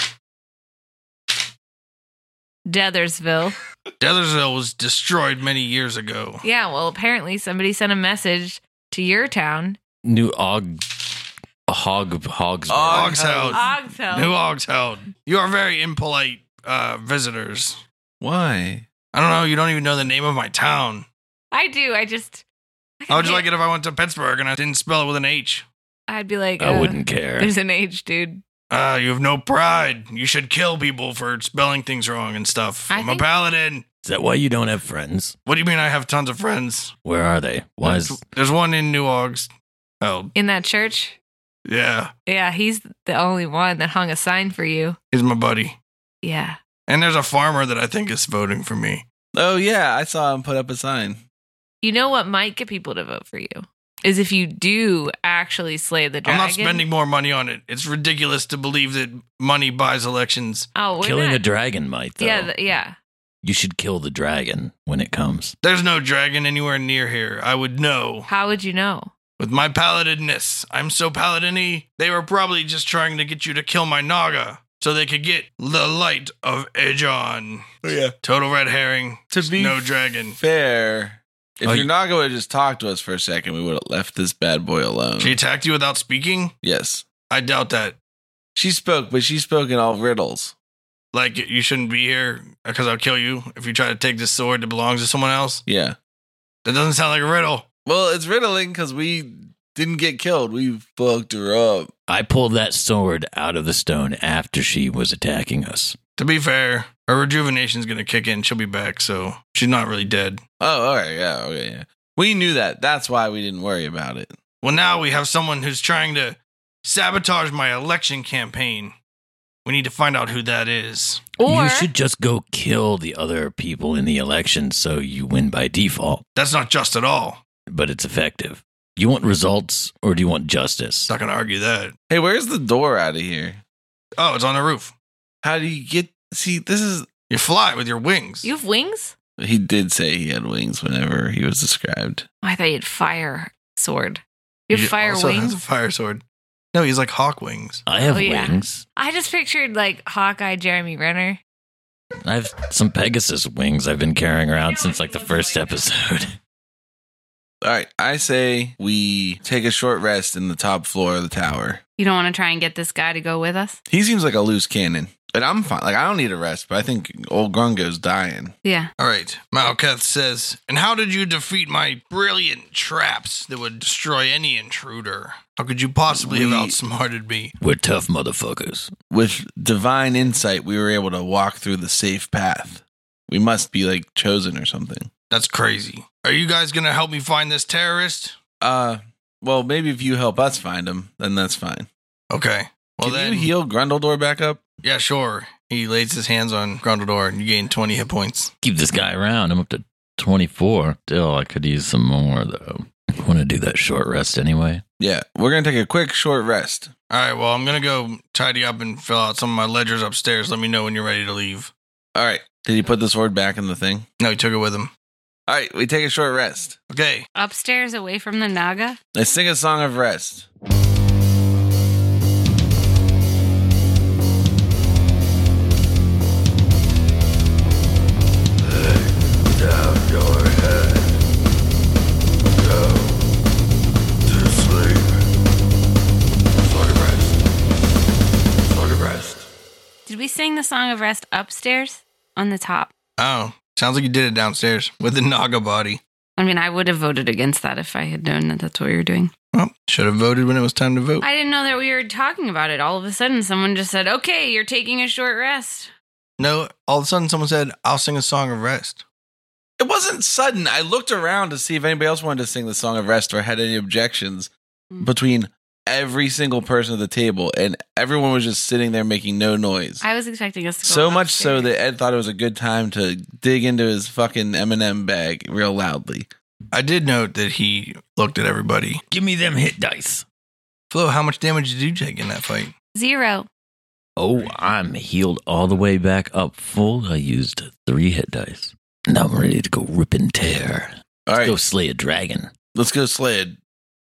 B: Deathersville.
D: Deathersville was destroyed many years ago.
B: Yeah, well, apparently somebody sent a message to your town,
F: New Og. Hog. Hogs.
A: Og-
D: Oxhound.
B: Ogfeld.
D: New Oxhound. You are very impolite uh, visitors.
A: Why?
D: I don't know. You don't even know the name of my town.
B: I do. I just.
D: How Oh, would you like it if I went to Pittsburgh and I didn't spell it with an H?
B: I'd be like,
F: I
B: uh,
F: wouldn't care.
B: There's an age, dude.
D: Uh, you have no pride. You should kill people for spelling things wrong and stuff.
B: I
D: I'm
B: think-
D: a paladin.
F: Is that why you don't have friends?
D: What do you mean I have tons of friends?
F: Where are they? Why is.
D: There's one in New Oxhound.
B: In that church.
D: Yeah,
B: Yeah, he's the only one that hung a sign for you.
D: he's my buddy.
B: Yeah.
D: And there's a farmer that I think is voting for me.
A: Oh yeah, I saw him put up a sign.
B: You know what might get people to vote for you? Is if you do actually slay the
D: I'm
B: dragon.
D: not spending more money on it. It's ridiculous to believe that money buys elections.
B: Oh, we're
F: Killing
B: not-
F: a dragon might, though.
B: Yeah, th- yeah.
F: you should kill the dragon when it comes.
D: There's no dragon anywhere near here. I would know.
B: How would you know?
D: With my paladinness, I'm so paladiny. They were probably just trying to get you to kill my Naga so they could get the light of Ajon.
A: Oh yeah.
D: Total red herring.
A: To be
D: no dragon.
A: fair. If
F: Oh,
A: your
F: you-
A: Naga would have just talked to us for a second, we would have left this bad boy alone.
D: She attacked you without speaking?
A: yes.
D: I doubt that.
A: She spoke, but she spoke in all riddles.
D: Like, you shouldn't be here because I'll kill you if you try to take this sword that belongs to someone else.
A: Yeah.
D: That doesn't sound like a riddle.
A: Well, it's riddling because we didn't get killed. We fucked her up.
F: I pulled that sword out of the stone after she was attacking us.
D: To be fair, her rejuvenation's gonna kick in. She'll be back, so she's not really dead.
A: Oh, all right. Yeah. Okay. Yeah. We knew that. That's why we didn't worry about it.
D: Well, now we have someone who's trying to sabotage my election campaign. We need to find out who that is.
B: Or
F: you should just go kill the other people in the election so you win by default,
D: That's not just at all.
F: but it's effective. You want results or do you want justice?
D: Not gonna argue that.
A: Hey, where's the door out of here?
D: Oh, it's on the roof.
A: How do you get? See, this is.
D: You fly with your wings.
B: you have wings?
A: He did say he had wings whenever he was described.
B: Oh, I thought you had fire sword. You have
D: He
B: fire
D: also
B: wings?
D: Has a fire sword. No, he's like hawk wings.
F: I have
B: Oh, yeah.
F: wings.
B: I just pictured like Hawkeye Jeremy Renner.
F: I have some Pegasus wings I've been carrying around since like the first episode.
A: All right. I say we take a short rest in the top floor of the tower.
J: You don't want to try and get this guy to go with us?
A: He seems like a loose cannon. And I'm fine. Like I don't need a rest, but I think old Grungo's dying.
J: Yeah.
D: All right, Malketh says, And how did you defeat my brilliant traps that would destroy any intruder? How could you possibly
A: We-
D: have outsmarted me?
F: We're tough motherfuckers.
A: With divine insight, we were able to walk through the safe path. We must be like chosen or something.
D: That's crazy. Are you guys gonna help me find this terrorist?
A: Uh, well, maybe if you help us find him, then that's fine.
D: Okay. Well
A: Can
D: then,
A: you heal Grundledor back up?
D: yeah, sure. He lays his hands on Grundledor, and you gain twenty hit points.
F: Keep this guy around. I'm up to 24. Still, I could use some more though. I want to do that short rest anyway.
A: Yeah, we're gonna take a quick short rest.
D: All right. Well, I'm gonna go tidy up and fill out some of my ledgers upstairs. Let me know when you're ready to leave.
A: All right. Did he put the sword back in the thing?
D: No, he took it with him.
A: All right, we take a short rest.
D: Okay.
K: Upstairs, away from the Naga.
A: Let's sing a song of rest.
K: Did we sing the Song of Rest upstairs on the top?
D: Oh, sounds like you did it downstairs with the Naga body.
K: I mean, I would have voted against that if I had known that that's what we were doing.
D: Well, should have voted when it was time to vote.
K: I didn't know that we were talking about it. All of a sudden, someone just said, "Okay, you're taking a short rest."
D: no, all of a sudden someone said, I'll sing a song of rest.
A: It wasn't sudden. I looked around to see if anybody else wanted to sing the song of rest or had any objections
K: Mm.
A: between every single person at the table, and everyone was just sitting there making no noise.
K: I was expecting us to go
A: so much so
K: upstairs.
A: that Ed thought it was a good time to dig into his fucking M&M bag real loudly.
D: I did note that he looked at everybody.
F: Give me them hit dice.
D: Flo, how much damage did you take in that fight?
K: zero.
F: Oh, I'm healed all the way back up full. I used three hit dice. Now I'm ready to go rip and tear.
A: All
F: Let's
A: right,
F: go slay a dragon.
A: let's go sled.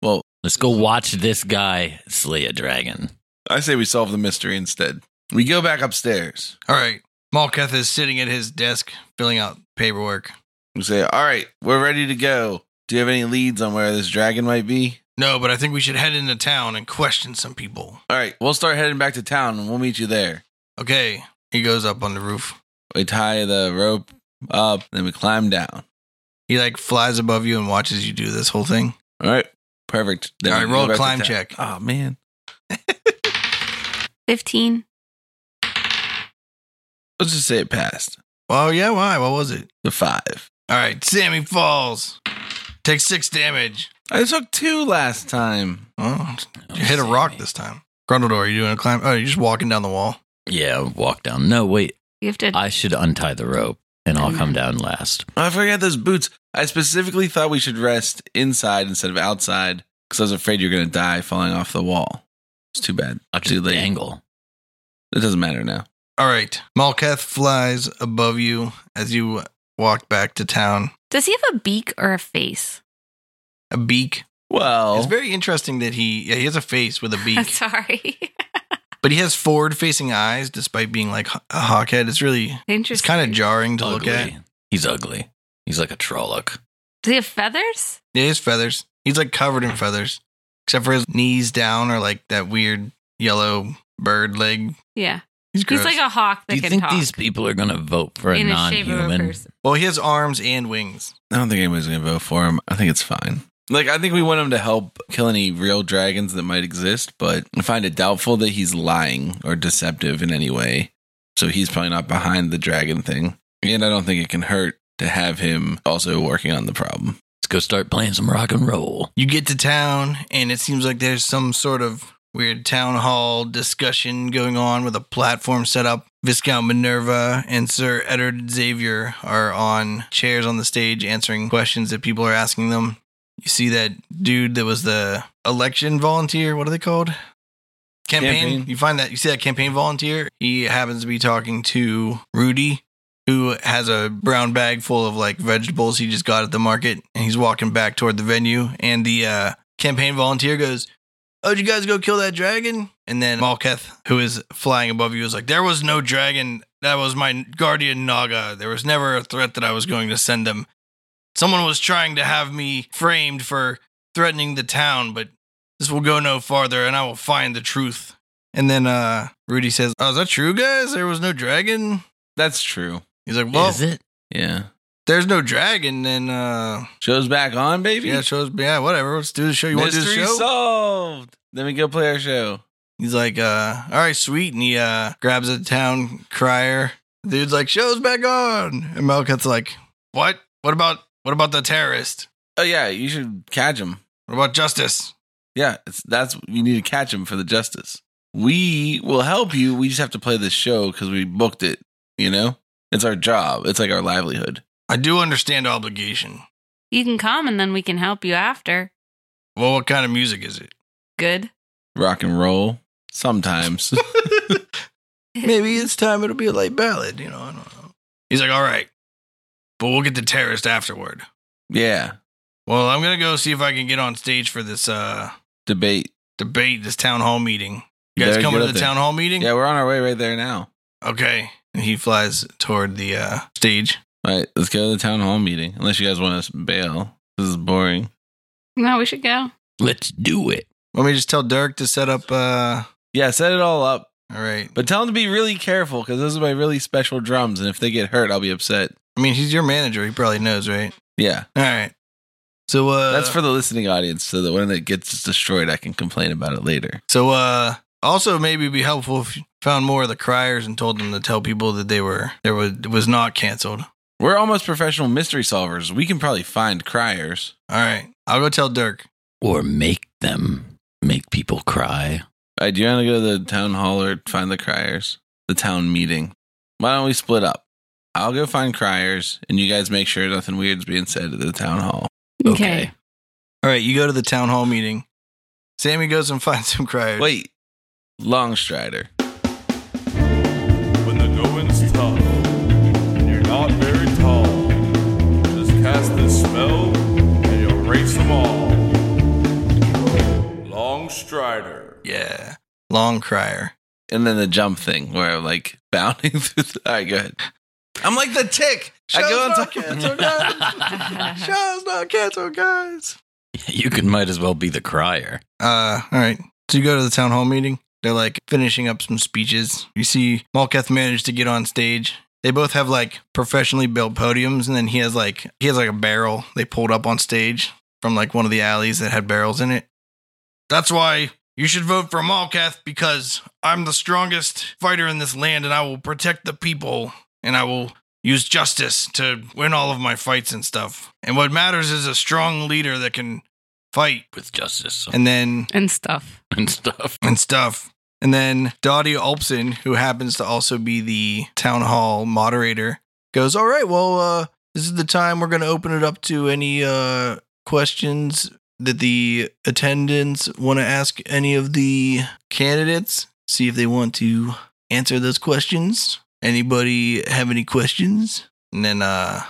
A: Well,
F: Let's go watch this guy slay a dragon.
A: I say we solve the mystery instead. We go back upstairs.
D: All right. Malketh is sitting at his desk filling out paperwork.
A: We say, all right, we're ready to go. Do you have any leads on where this dragon might be?
D: No, but I think we should head into town and question some people.
A: All right, we'll start heading back to town and we'll meet you there.
D: Okay. He goes up on the roof.
A: We tie the rope up, then we climb down.
D: He like flies above you and watches you do this whole thing.
A: All right, perfect.
D: All right,
A: we
D: roll
A: go back
D: a
A: to
D: climb
A: town.
D: check.
A: Oh, man.
K: Fifteen.
A: Let's just say it passed
D: Oh yeah, why? What was it?
A: the five.
D: All right, Sammy falls. Takes six damage.
A: I took two last time.
D: Oh, you hit a rock this time. Grundledor, are you doing a climb? Oh, you're just walking down the wall.
F: Yeah, walk down. No, wait.
K: You have to.
F: I should untie the rope and I'll come down last.
A: Oh, I forgot those boots. I specifically thought we should rest inside instead of outside because I was afraid you're going to die falling off the wall. It's too bad.
F: I'll
A: Too
F: just
A: late.
F: dangle.
A: It doesn't matter now.
D: All right, Malketh flies above you as you walk back to town.
K: Does he have a beak or a face?
D: A beak.
A: Well,
D: It's very interesting that he yeah, he has a face with a
K: I'm
D: beak,
K: sorry.
D: but he has forward-facing eyes despite being like a hawkhead. It's really it's
K: Interesting.
D: kind of jarring to look
F: Ugly.
D: at.
F: He's ugly. He's like a trolloc.
K: Does he have feathers?
D: Yeah, his feathers. He's like covered in feathers, except for his knees down are like that weird yellow bird leg.
K: Yeah.
D: He's
K: He's
D: gross.
K: like a hawk that
F: Do you
K: can
F: think
K: talk
F: these people are going to vote for a
K: in the
F: non
K: shape of a
F: human?
K: person.
D: well, he has arms and wings.
A: I don't think anybody's going to vote for him. I think it's fine. Like, I think we want him to help kill any real dragons that might exist, but I find it doubtful that he's lying or deceptive in any way. So he's probably not behind the dragon thing. And I don't think it can hurt to have him also working on the problem.
F: Let's go start playing some rock and roll.
D: You get to town, and it seems like there's some sort of weird town hall discussion going on with a platform set up. Viscount Minerva and Sir Edward Xavier are on chairs on the stage answering questions that people are asking them. You see that dude that was the election volunteer. What are they called? Campaign.
A: Campaign.
D: You find that you see that campaign volunteer. He happens to be talking to Rudy, who has a brown bag full of like vegetables he just got at the market, and he's walking back toward the venue. And the uh, campaign volunteer goes, "Oh, did you guys go kill that dragon?" And then Malketh, who is flying above you, is like, "There was no dragon. That was my guardian Naga. There was never a threat that I was going to send them." Someone was trying to have me framed for threatening the town, but this will go no farther, and I will find the truth. And then uh, Rudy says, "Oh, is that true, guys? There was no dragon."
A: That's true.
D: He's like, "Well,
F: Is it?
A: Yeah.
D: there's no dragon." Then uh,
A: Show's back on, baby.
D: yeah, shows. Yeah, whatever. Let's do the show. You want to do the
A: Mystery
D: show?
A: solved. Then we go play our show.
D: He's like, uh, all right, sweet. And he uh, grabs a town crier. Dude's like, show's back on. And Melkut's like, what? What about what about the terrorist?
A: Oh, yeah. You should catch him.
D: What about justice?
A: Yeah. It's, that's, you need to catch him for the justice. We will help you. We just have to play this show because we booked it, you know? It's our job. It's like our livelihood.
D: I do understand obligation.
K: You can come and then we can help you after.
D: Well, what kind of music is it?
K: Good.
A: Rock and roll. Sometimes.
D: Maybe this time it'll be a light ballad. You know, I don't know. He's like, all right, but we'll get the terrorist afterward.
A: Yeah.
D: Well, I'm gonna go see if I can get on stage for this uh
A: Debate.
D: debate, this town hall meeting. You guys
A: Yeah,
D: coming
A: get
D: to
A: up
D: the
A: there.
D: town hall meeting?
A: Yeah, we're on our way right there now.
D: Okay. And he flies toward the uh stage.
A: All right, let's go to the town hall meeting. Unless you guys want us to bail. This is boring.
K: No, we should go.
F: Let's do it.
D: Let me just tell Dirk to set up uh
A: Yeah, set it all up.
D: all right.
A: But tell them to be really careful because those are my really special drums. And if they get hurt, I'll be upset.
D: I mean he's your manager, he probably knows, right?
A: Yeah.
D: All right. So uh
A: That's for the listening audience so that when it gets destroyed, I can complain about it later.
D: So uh also maybe it'd be helpful if you found more of the criers and told them to tell people that they were there was was not canceled.
A: We're almost professional mystery solvers. We can probably find criers.
D: All right. I'll go tell Dirk.
F: Or make them make people cry.
A: All right, do you want to go to the town hall or find the criers? The town meeting. Why don't we split up? I'll go find criers, and you guys make sure nothing weird's being said at the town hall.
F: Okay.
D: All right, you go to the town hall meeting. Sammy goes and finds some criers.
A: Wait, Longstrider.
G: When the going's tough, and you're not very tall, just cast this spell and you'll race them all. Long Strider.
D: Yeah. Long crier.
A: And then the jump thing where I'm like bounding through. The- All right, go ahead. I'm like the tick. I go on top.
D: Show's not canceled, guys.
F: You can might as well be the crier.
D: Uh, all right. So you go to the town hall meeting. They're like finishing up some speeches. You see Malketh managed to get on stage. They both have like professionally built podiums, and then he has like he has like a barrel they pulled up on stage from like one of the alleys that had barrels in it. That's why you should vote for Malketh because I'm the strongest fighter in this land, and I will protect the people, and I will use justice to win all of my fights and stuff. And what matters is a strong leader that can fight.
F: With justice
D: And then
K: And stuff.
F: and stuff.
D: and stuff. And then Dottie Ulpson, who happens to also be the town hall moderator, goes, All right, well, uh, this is the time we're going to open it up to any uh, questions that the attendants want to ask any of the candidates, see if they want to answer those questions. Anybody have any questions? And then uh,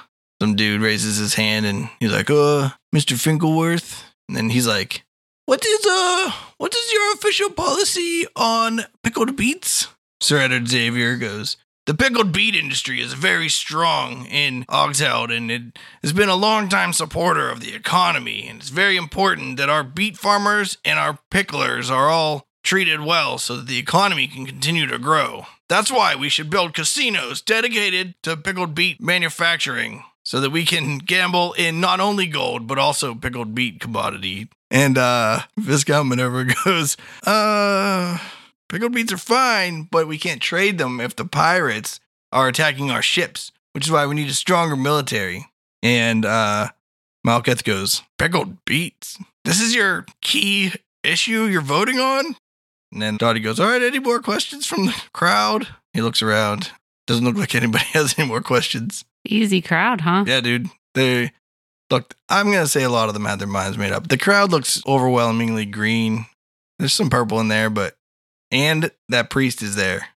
D: some dude raises his hand and he's like, Uh, Mr. Finkelworth. And then he's like, what is uh what is your official policy on pickled beets? Sir Edward Xavier goes, The pickled beet industry is very strong in Oxheld and it has been a longtime supporter of the economy, and it's very important that our beet farmers and our picklers are all treated well so that the economy can continue to grow. That's why we should build casinos dedicated to pickled beet manufacturing so that we can gamble in not only gold but also pickled beet commodity. And uh Viscount Minerva goes, uh pickled beets are fine, but we can't trade them if the pirates are attacking our ships, which is why we need a stronger military. And uh Malketh goes, Pickled beets. This is your key issue you're voting on? And then Dottie goes, All right, any more questions from the crowd? He looks around. Doesn't look like anybody has any more questions.
K: Easy crowd, huh?
D: Yeah, dude. They look, I'm gonna say a lot of them had their minds made up. The crowd looks overwhelmingly green. There's some purple in there, but and that priest is there.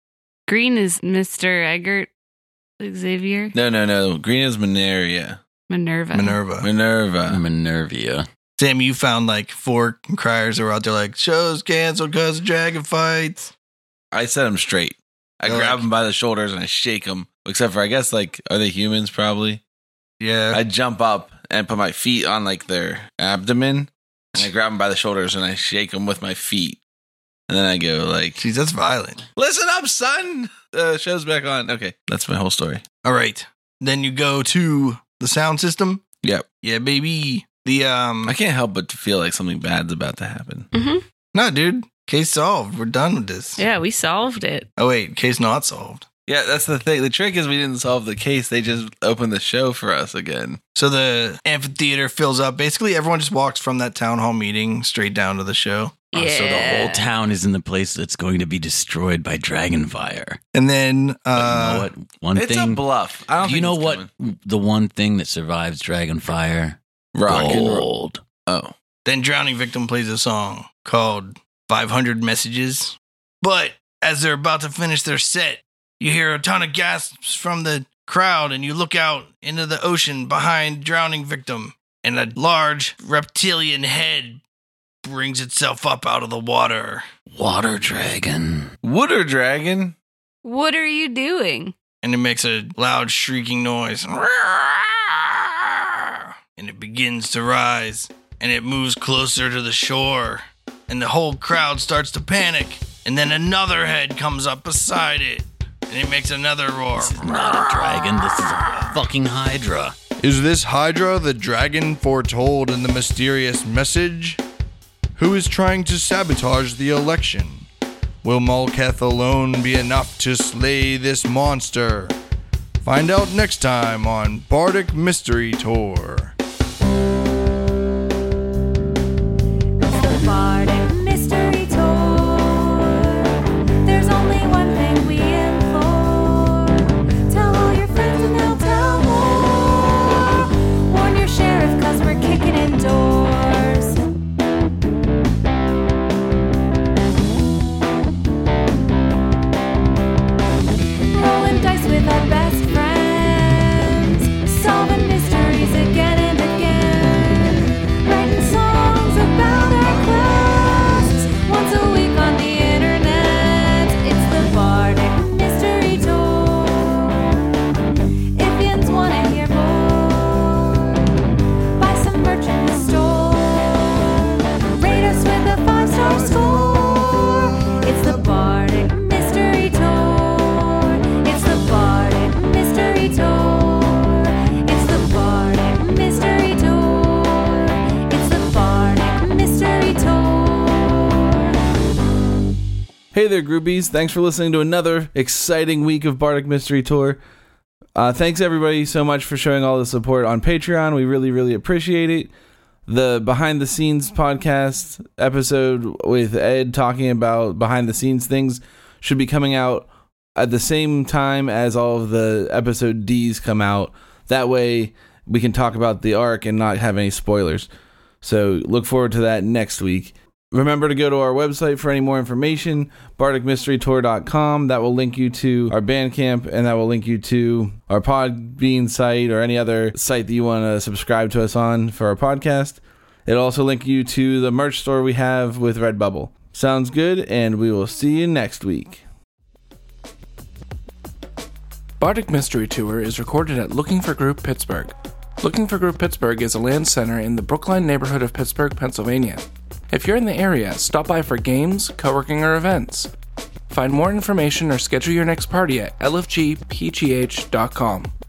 K: Green is Mr. Eggert Xavier
A: No, no, no. Green is Mineria.
K: Minerva.
D: Minerva.
A: Minerva.
F: Minervia.
D: Sam, you found like four criers that were out there like shows canceled because of dragon fights.
A: I set him straight. I
D: They're
A: grab
D: like-
A: him by the shoulders and I shake him. Except for, I guess, like, are they humans? Probably.
D: Yeah.
A: I jump up and put my feet on like their abdomen, and I grab them by the shoulders and I shake them with my feet, and then I go like,
D: Jeez, that's violent.
A: "Listen up, son." Uh, show's back on. Okay, that's my whole story.
D: All right. Then you go to the sound system.
A: Yep.
D: Yeah, baby. The um
A: I can't help but to feel like something bad's about to happen.
D: No, dude. Case solved. We're done with this.
I: Yeah, we solved it.
D: Oh wait, case not solved.
A: Yeah, that's the thing. The trick is we didn't solve the case. They just opened the show for us again.
D: So the amphitheater fills up. Basically, everyone just walks from that town hall meeting straight down to the show.
F: Oh, so the whole
I: Yeah.
F: town is in the place that's going to be destroyed by dragon fire.
D: And then
F: But you know
D: uh
F: what? One
A: it's
F: thing.
A: a bluff. I don't.
F: you
A: think
F: know
A: it's
F: what?
A: coming.
F: The one thing that survives dragon fire.
A: Rock and roll.
F: Gold.
A: Oh,
D: then drowning victim plays a song called 500 messages. But as they're about to finish their set, you hear a ton of gasps from the crowd and you look out into the ocean behind drowning victim and a large reptilian head brings itself up out of the water
F: Water dragon.
A: Water dragon.
K: What are you doing?
D: and it makes a loud shrieking noise and it begins to rise and it moves closer to the shore and the whole crowd starts to panic and then another head comes up beside it and it makes another roar
F: Not a dragon. This is a fucking hydra.
L: Is this Hydra the dragon foretold in the mysterious message? Who is trying to sabotage the election? Will Malketh alone be enough to slay this monster? Find out next time on Bardic Mystery Tour.
C: The Bardic Mystery Tour. There's only one thing we implore. Tell all your friends and they'll tell more. Warn your sheriff cause we're kicking in doors. Rolling dice with our best friends. Solving mysteries again and again. Writing songs about our quests. Once a week on the internet. It's the Bardic Mystery Tour. If you wanna hear more, buy some merch in the store. Rate us with a five-star score. It's the Bardic Mystery Tour. It's the Bardic Mystery Tour. It's the Bardic Mystery Tour. It's the Bardic Mystery Tour.
G: Hey there, groupies. Thanks for listening to another exciting week of Bardic Mystery Tour. Uh, thanks, everybody, so much for showing all the support on Patreon. We really, really appreciate it. The behind the scenes podcast episode with Ed talking about behind the scenes things should be coming out at the same time as all of the episode D's come out. That way, we can talk about the arc and not have any spoilers. So, look forward to that next week. Remember to go to our website for any more information, bardicmysterytour.com. That will link you to our Bandcamp and that will link you to our Podbean site or any other site that you want to subscribe to us on for our podcast. It'll also link you to the merch store we have with Redbubble. Sounds good, and we will see you next week.
M: Bardic Mystery Tour is recorded at Looking for Group Pittsburgh. Looking for Group Pittsburgh is a land center in the Brookline neighborhood of Pittsburgh, Pennsylvania. If you're in the area, stop by for games, co working, or events. Find more information or schedule your next party at lfgpgh.com.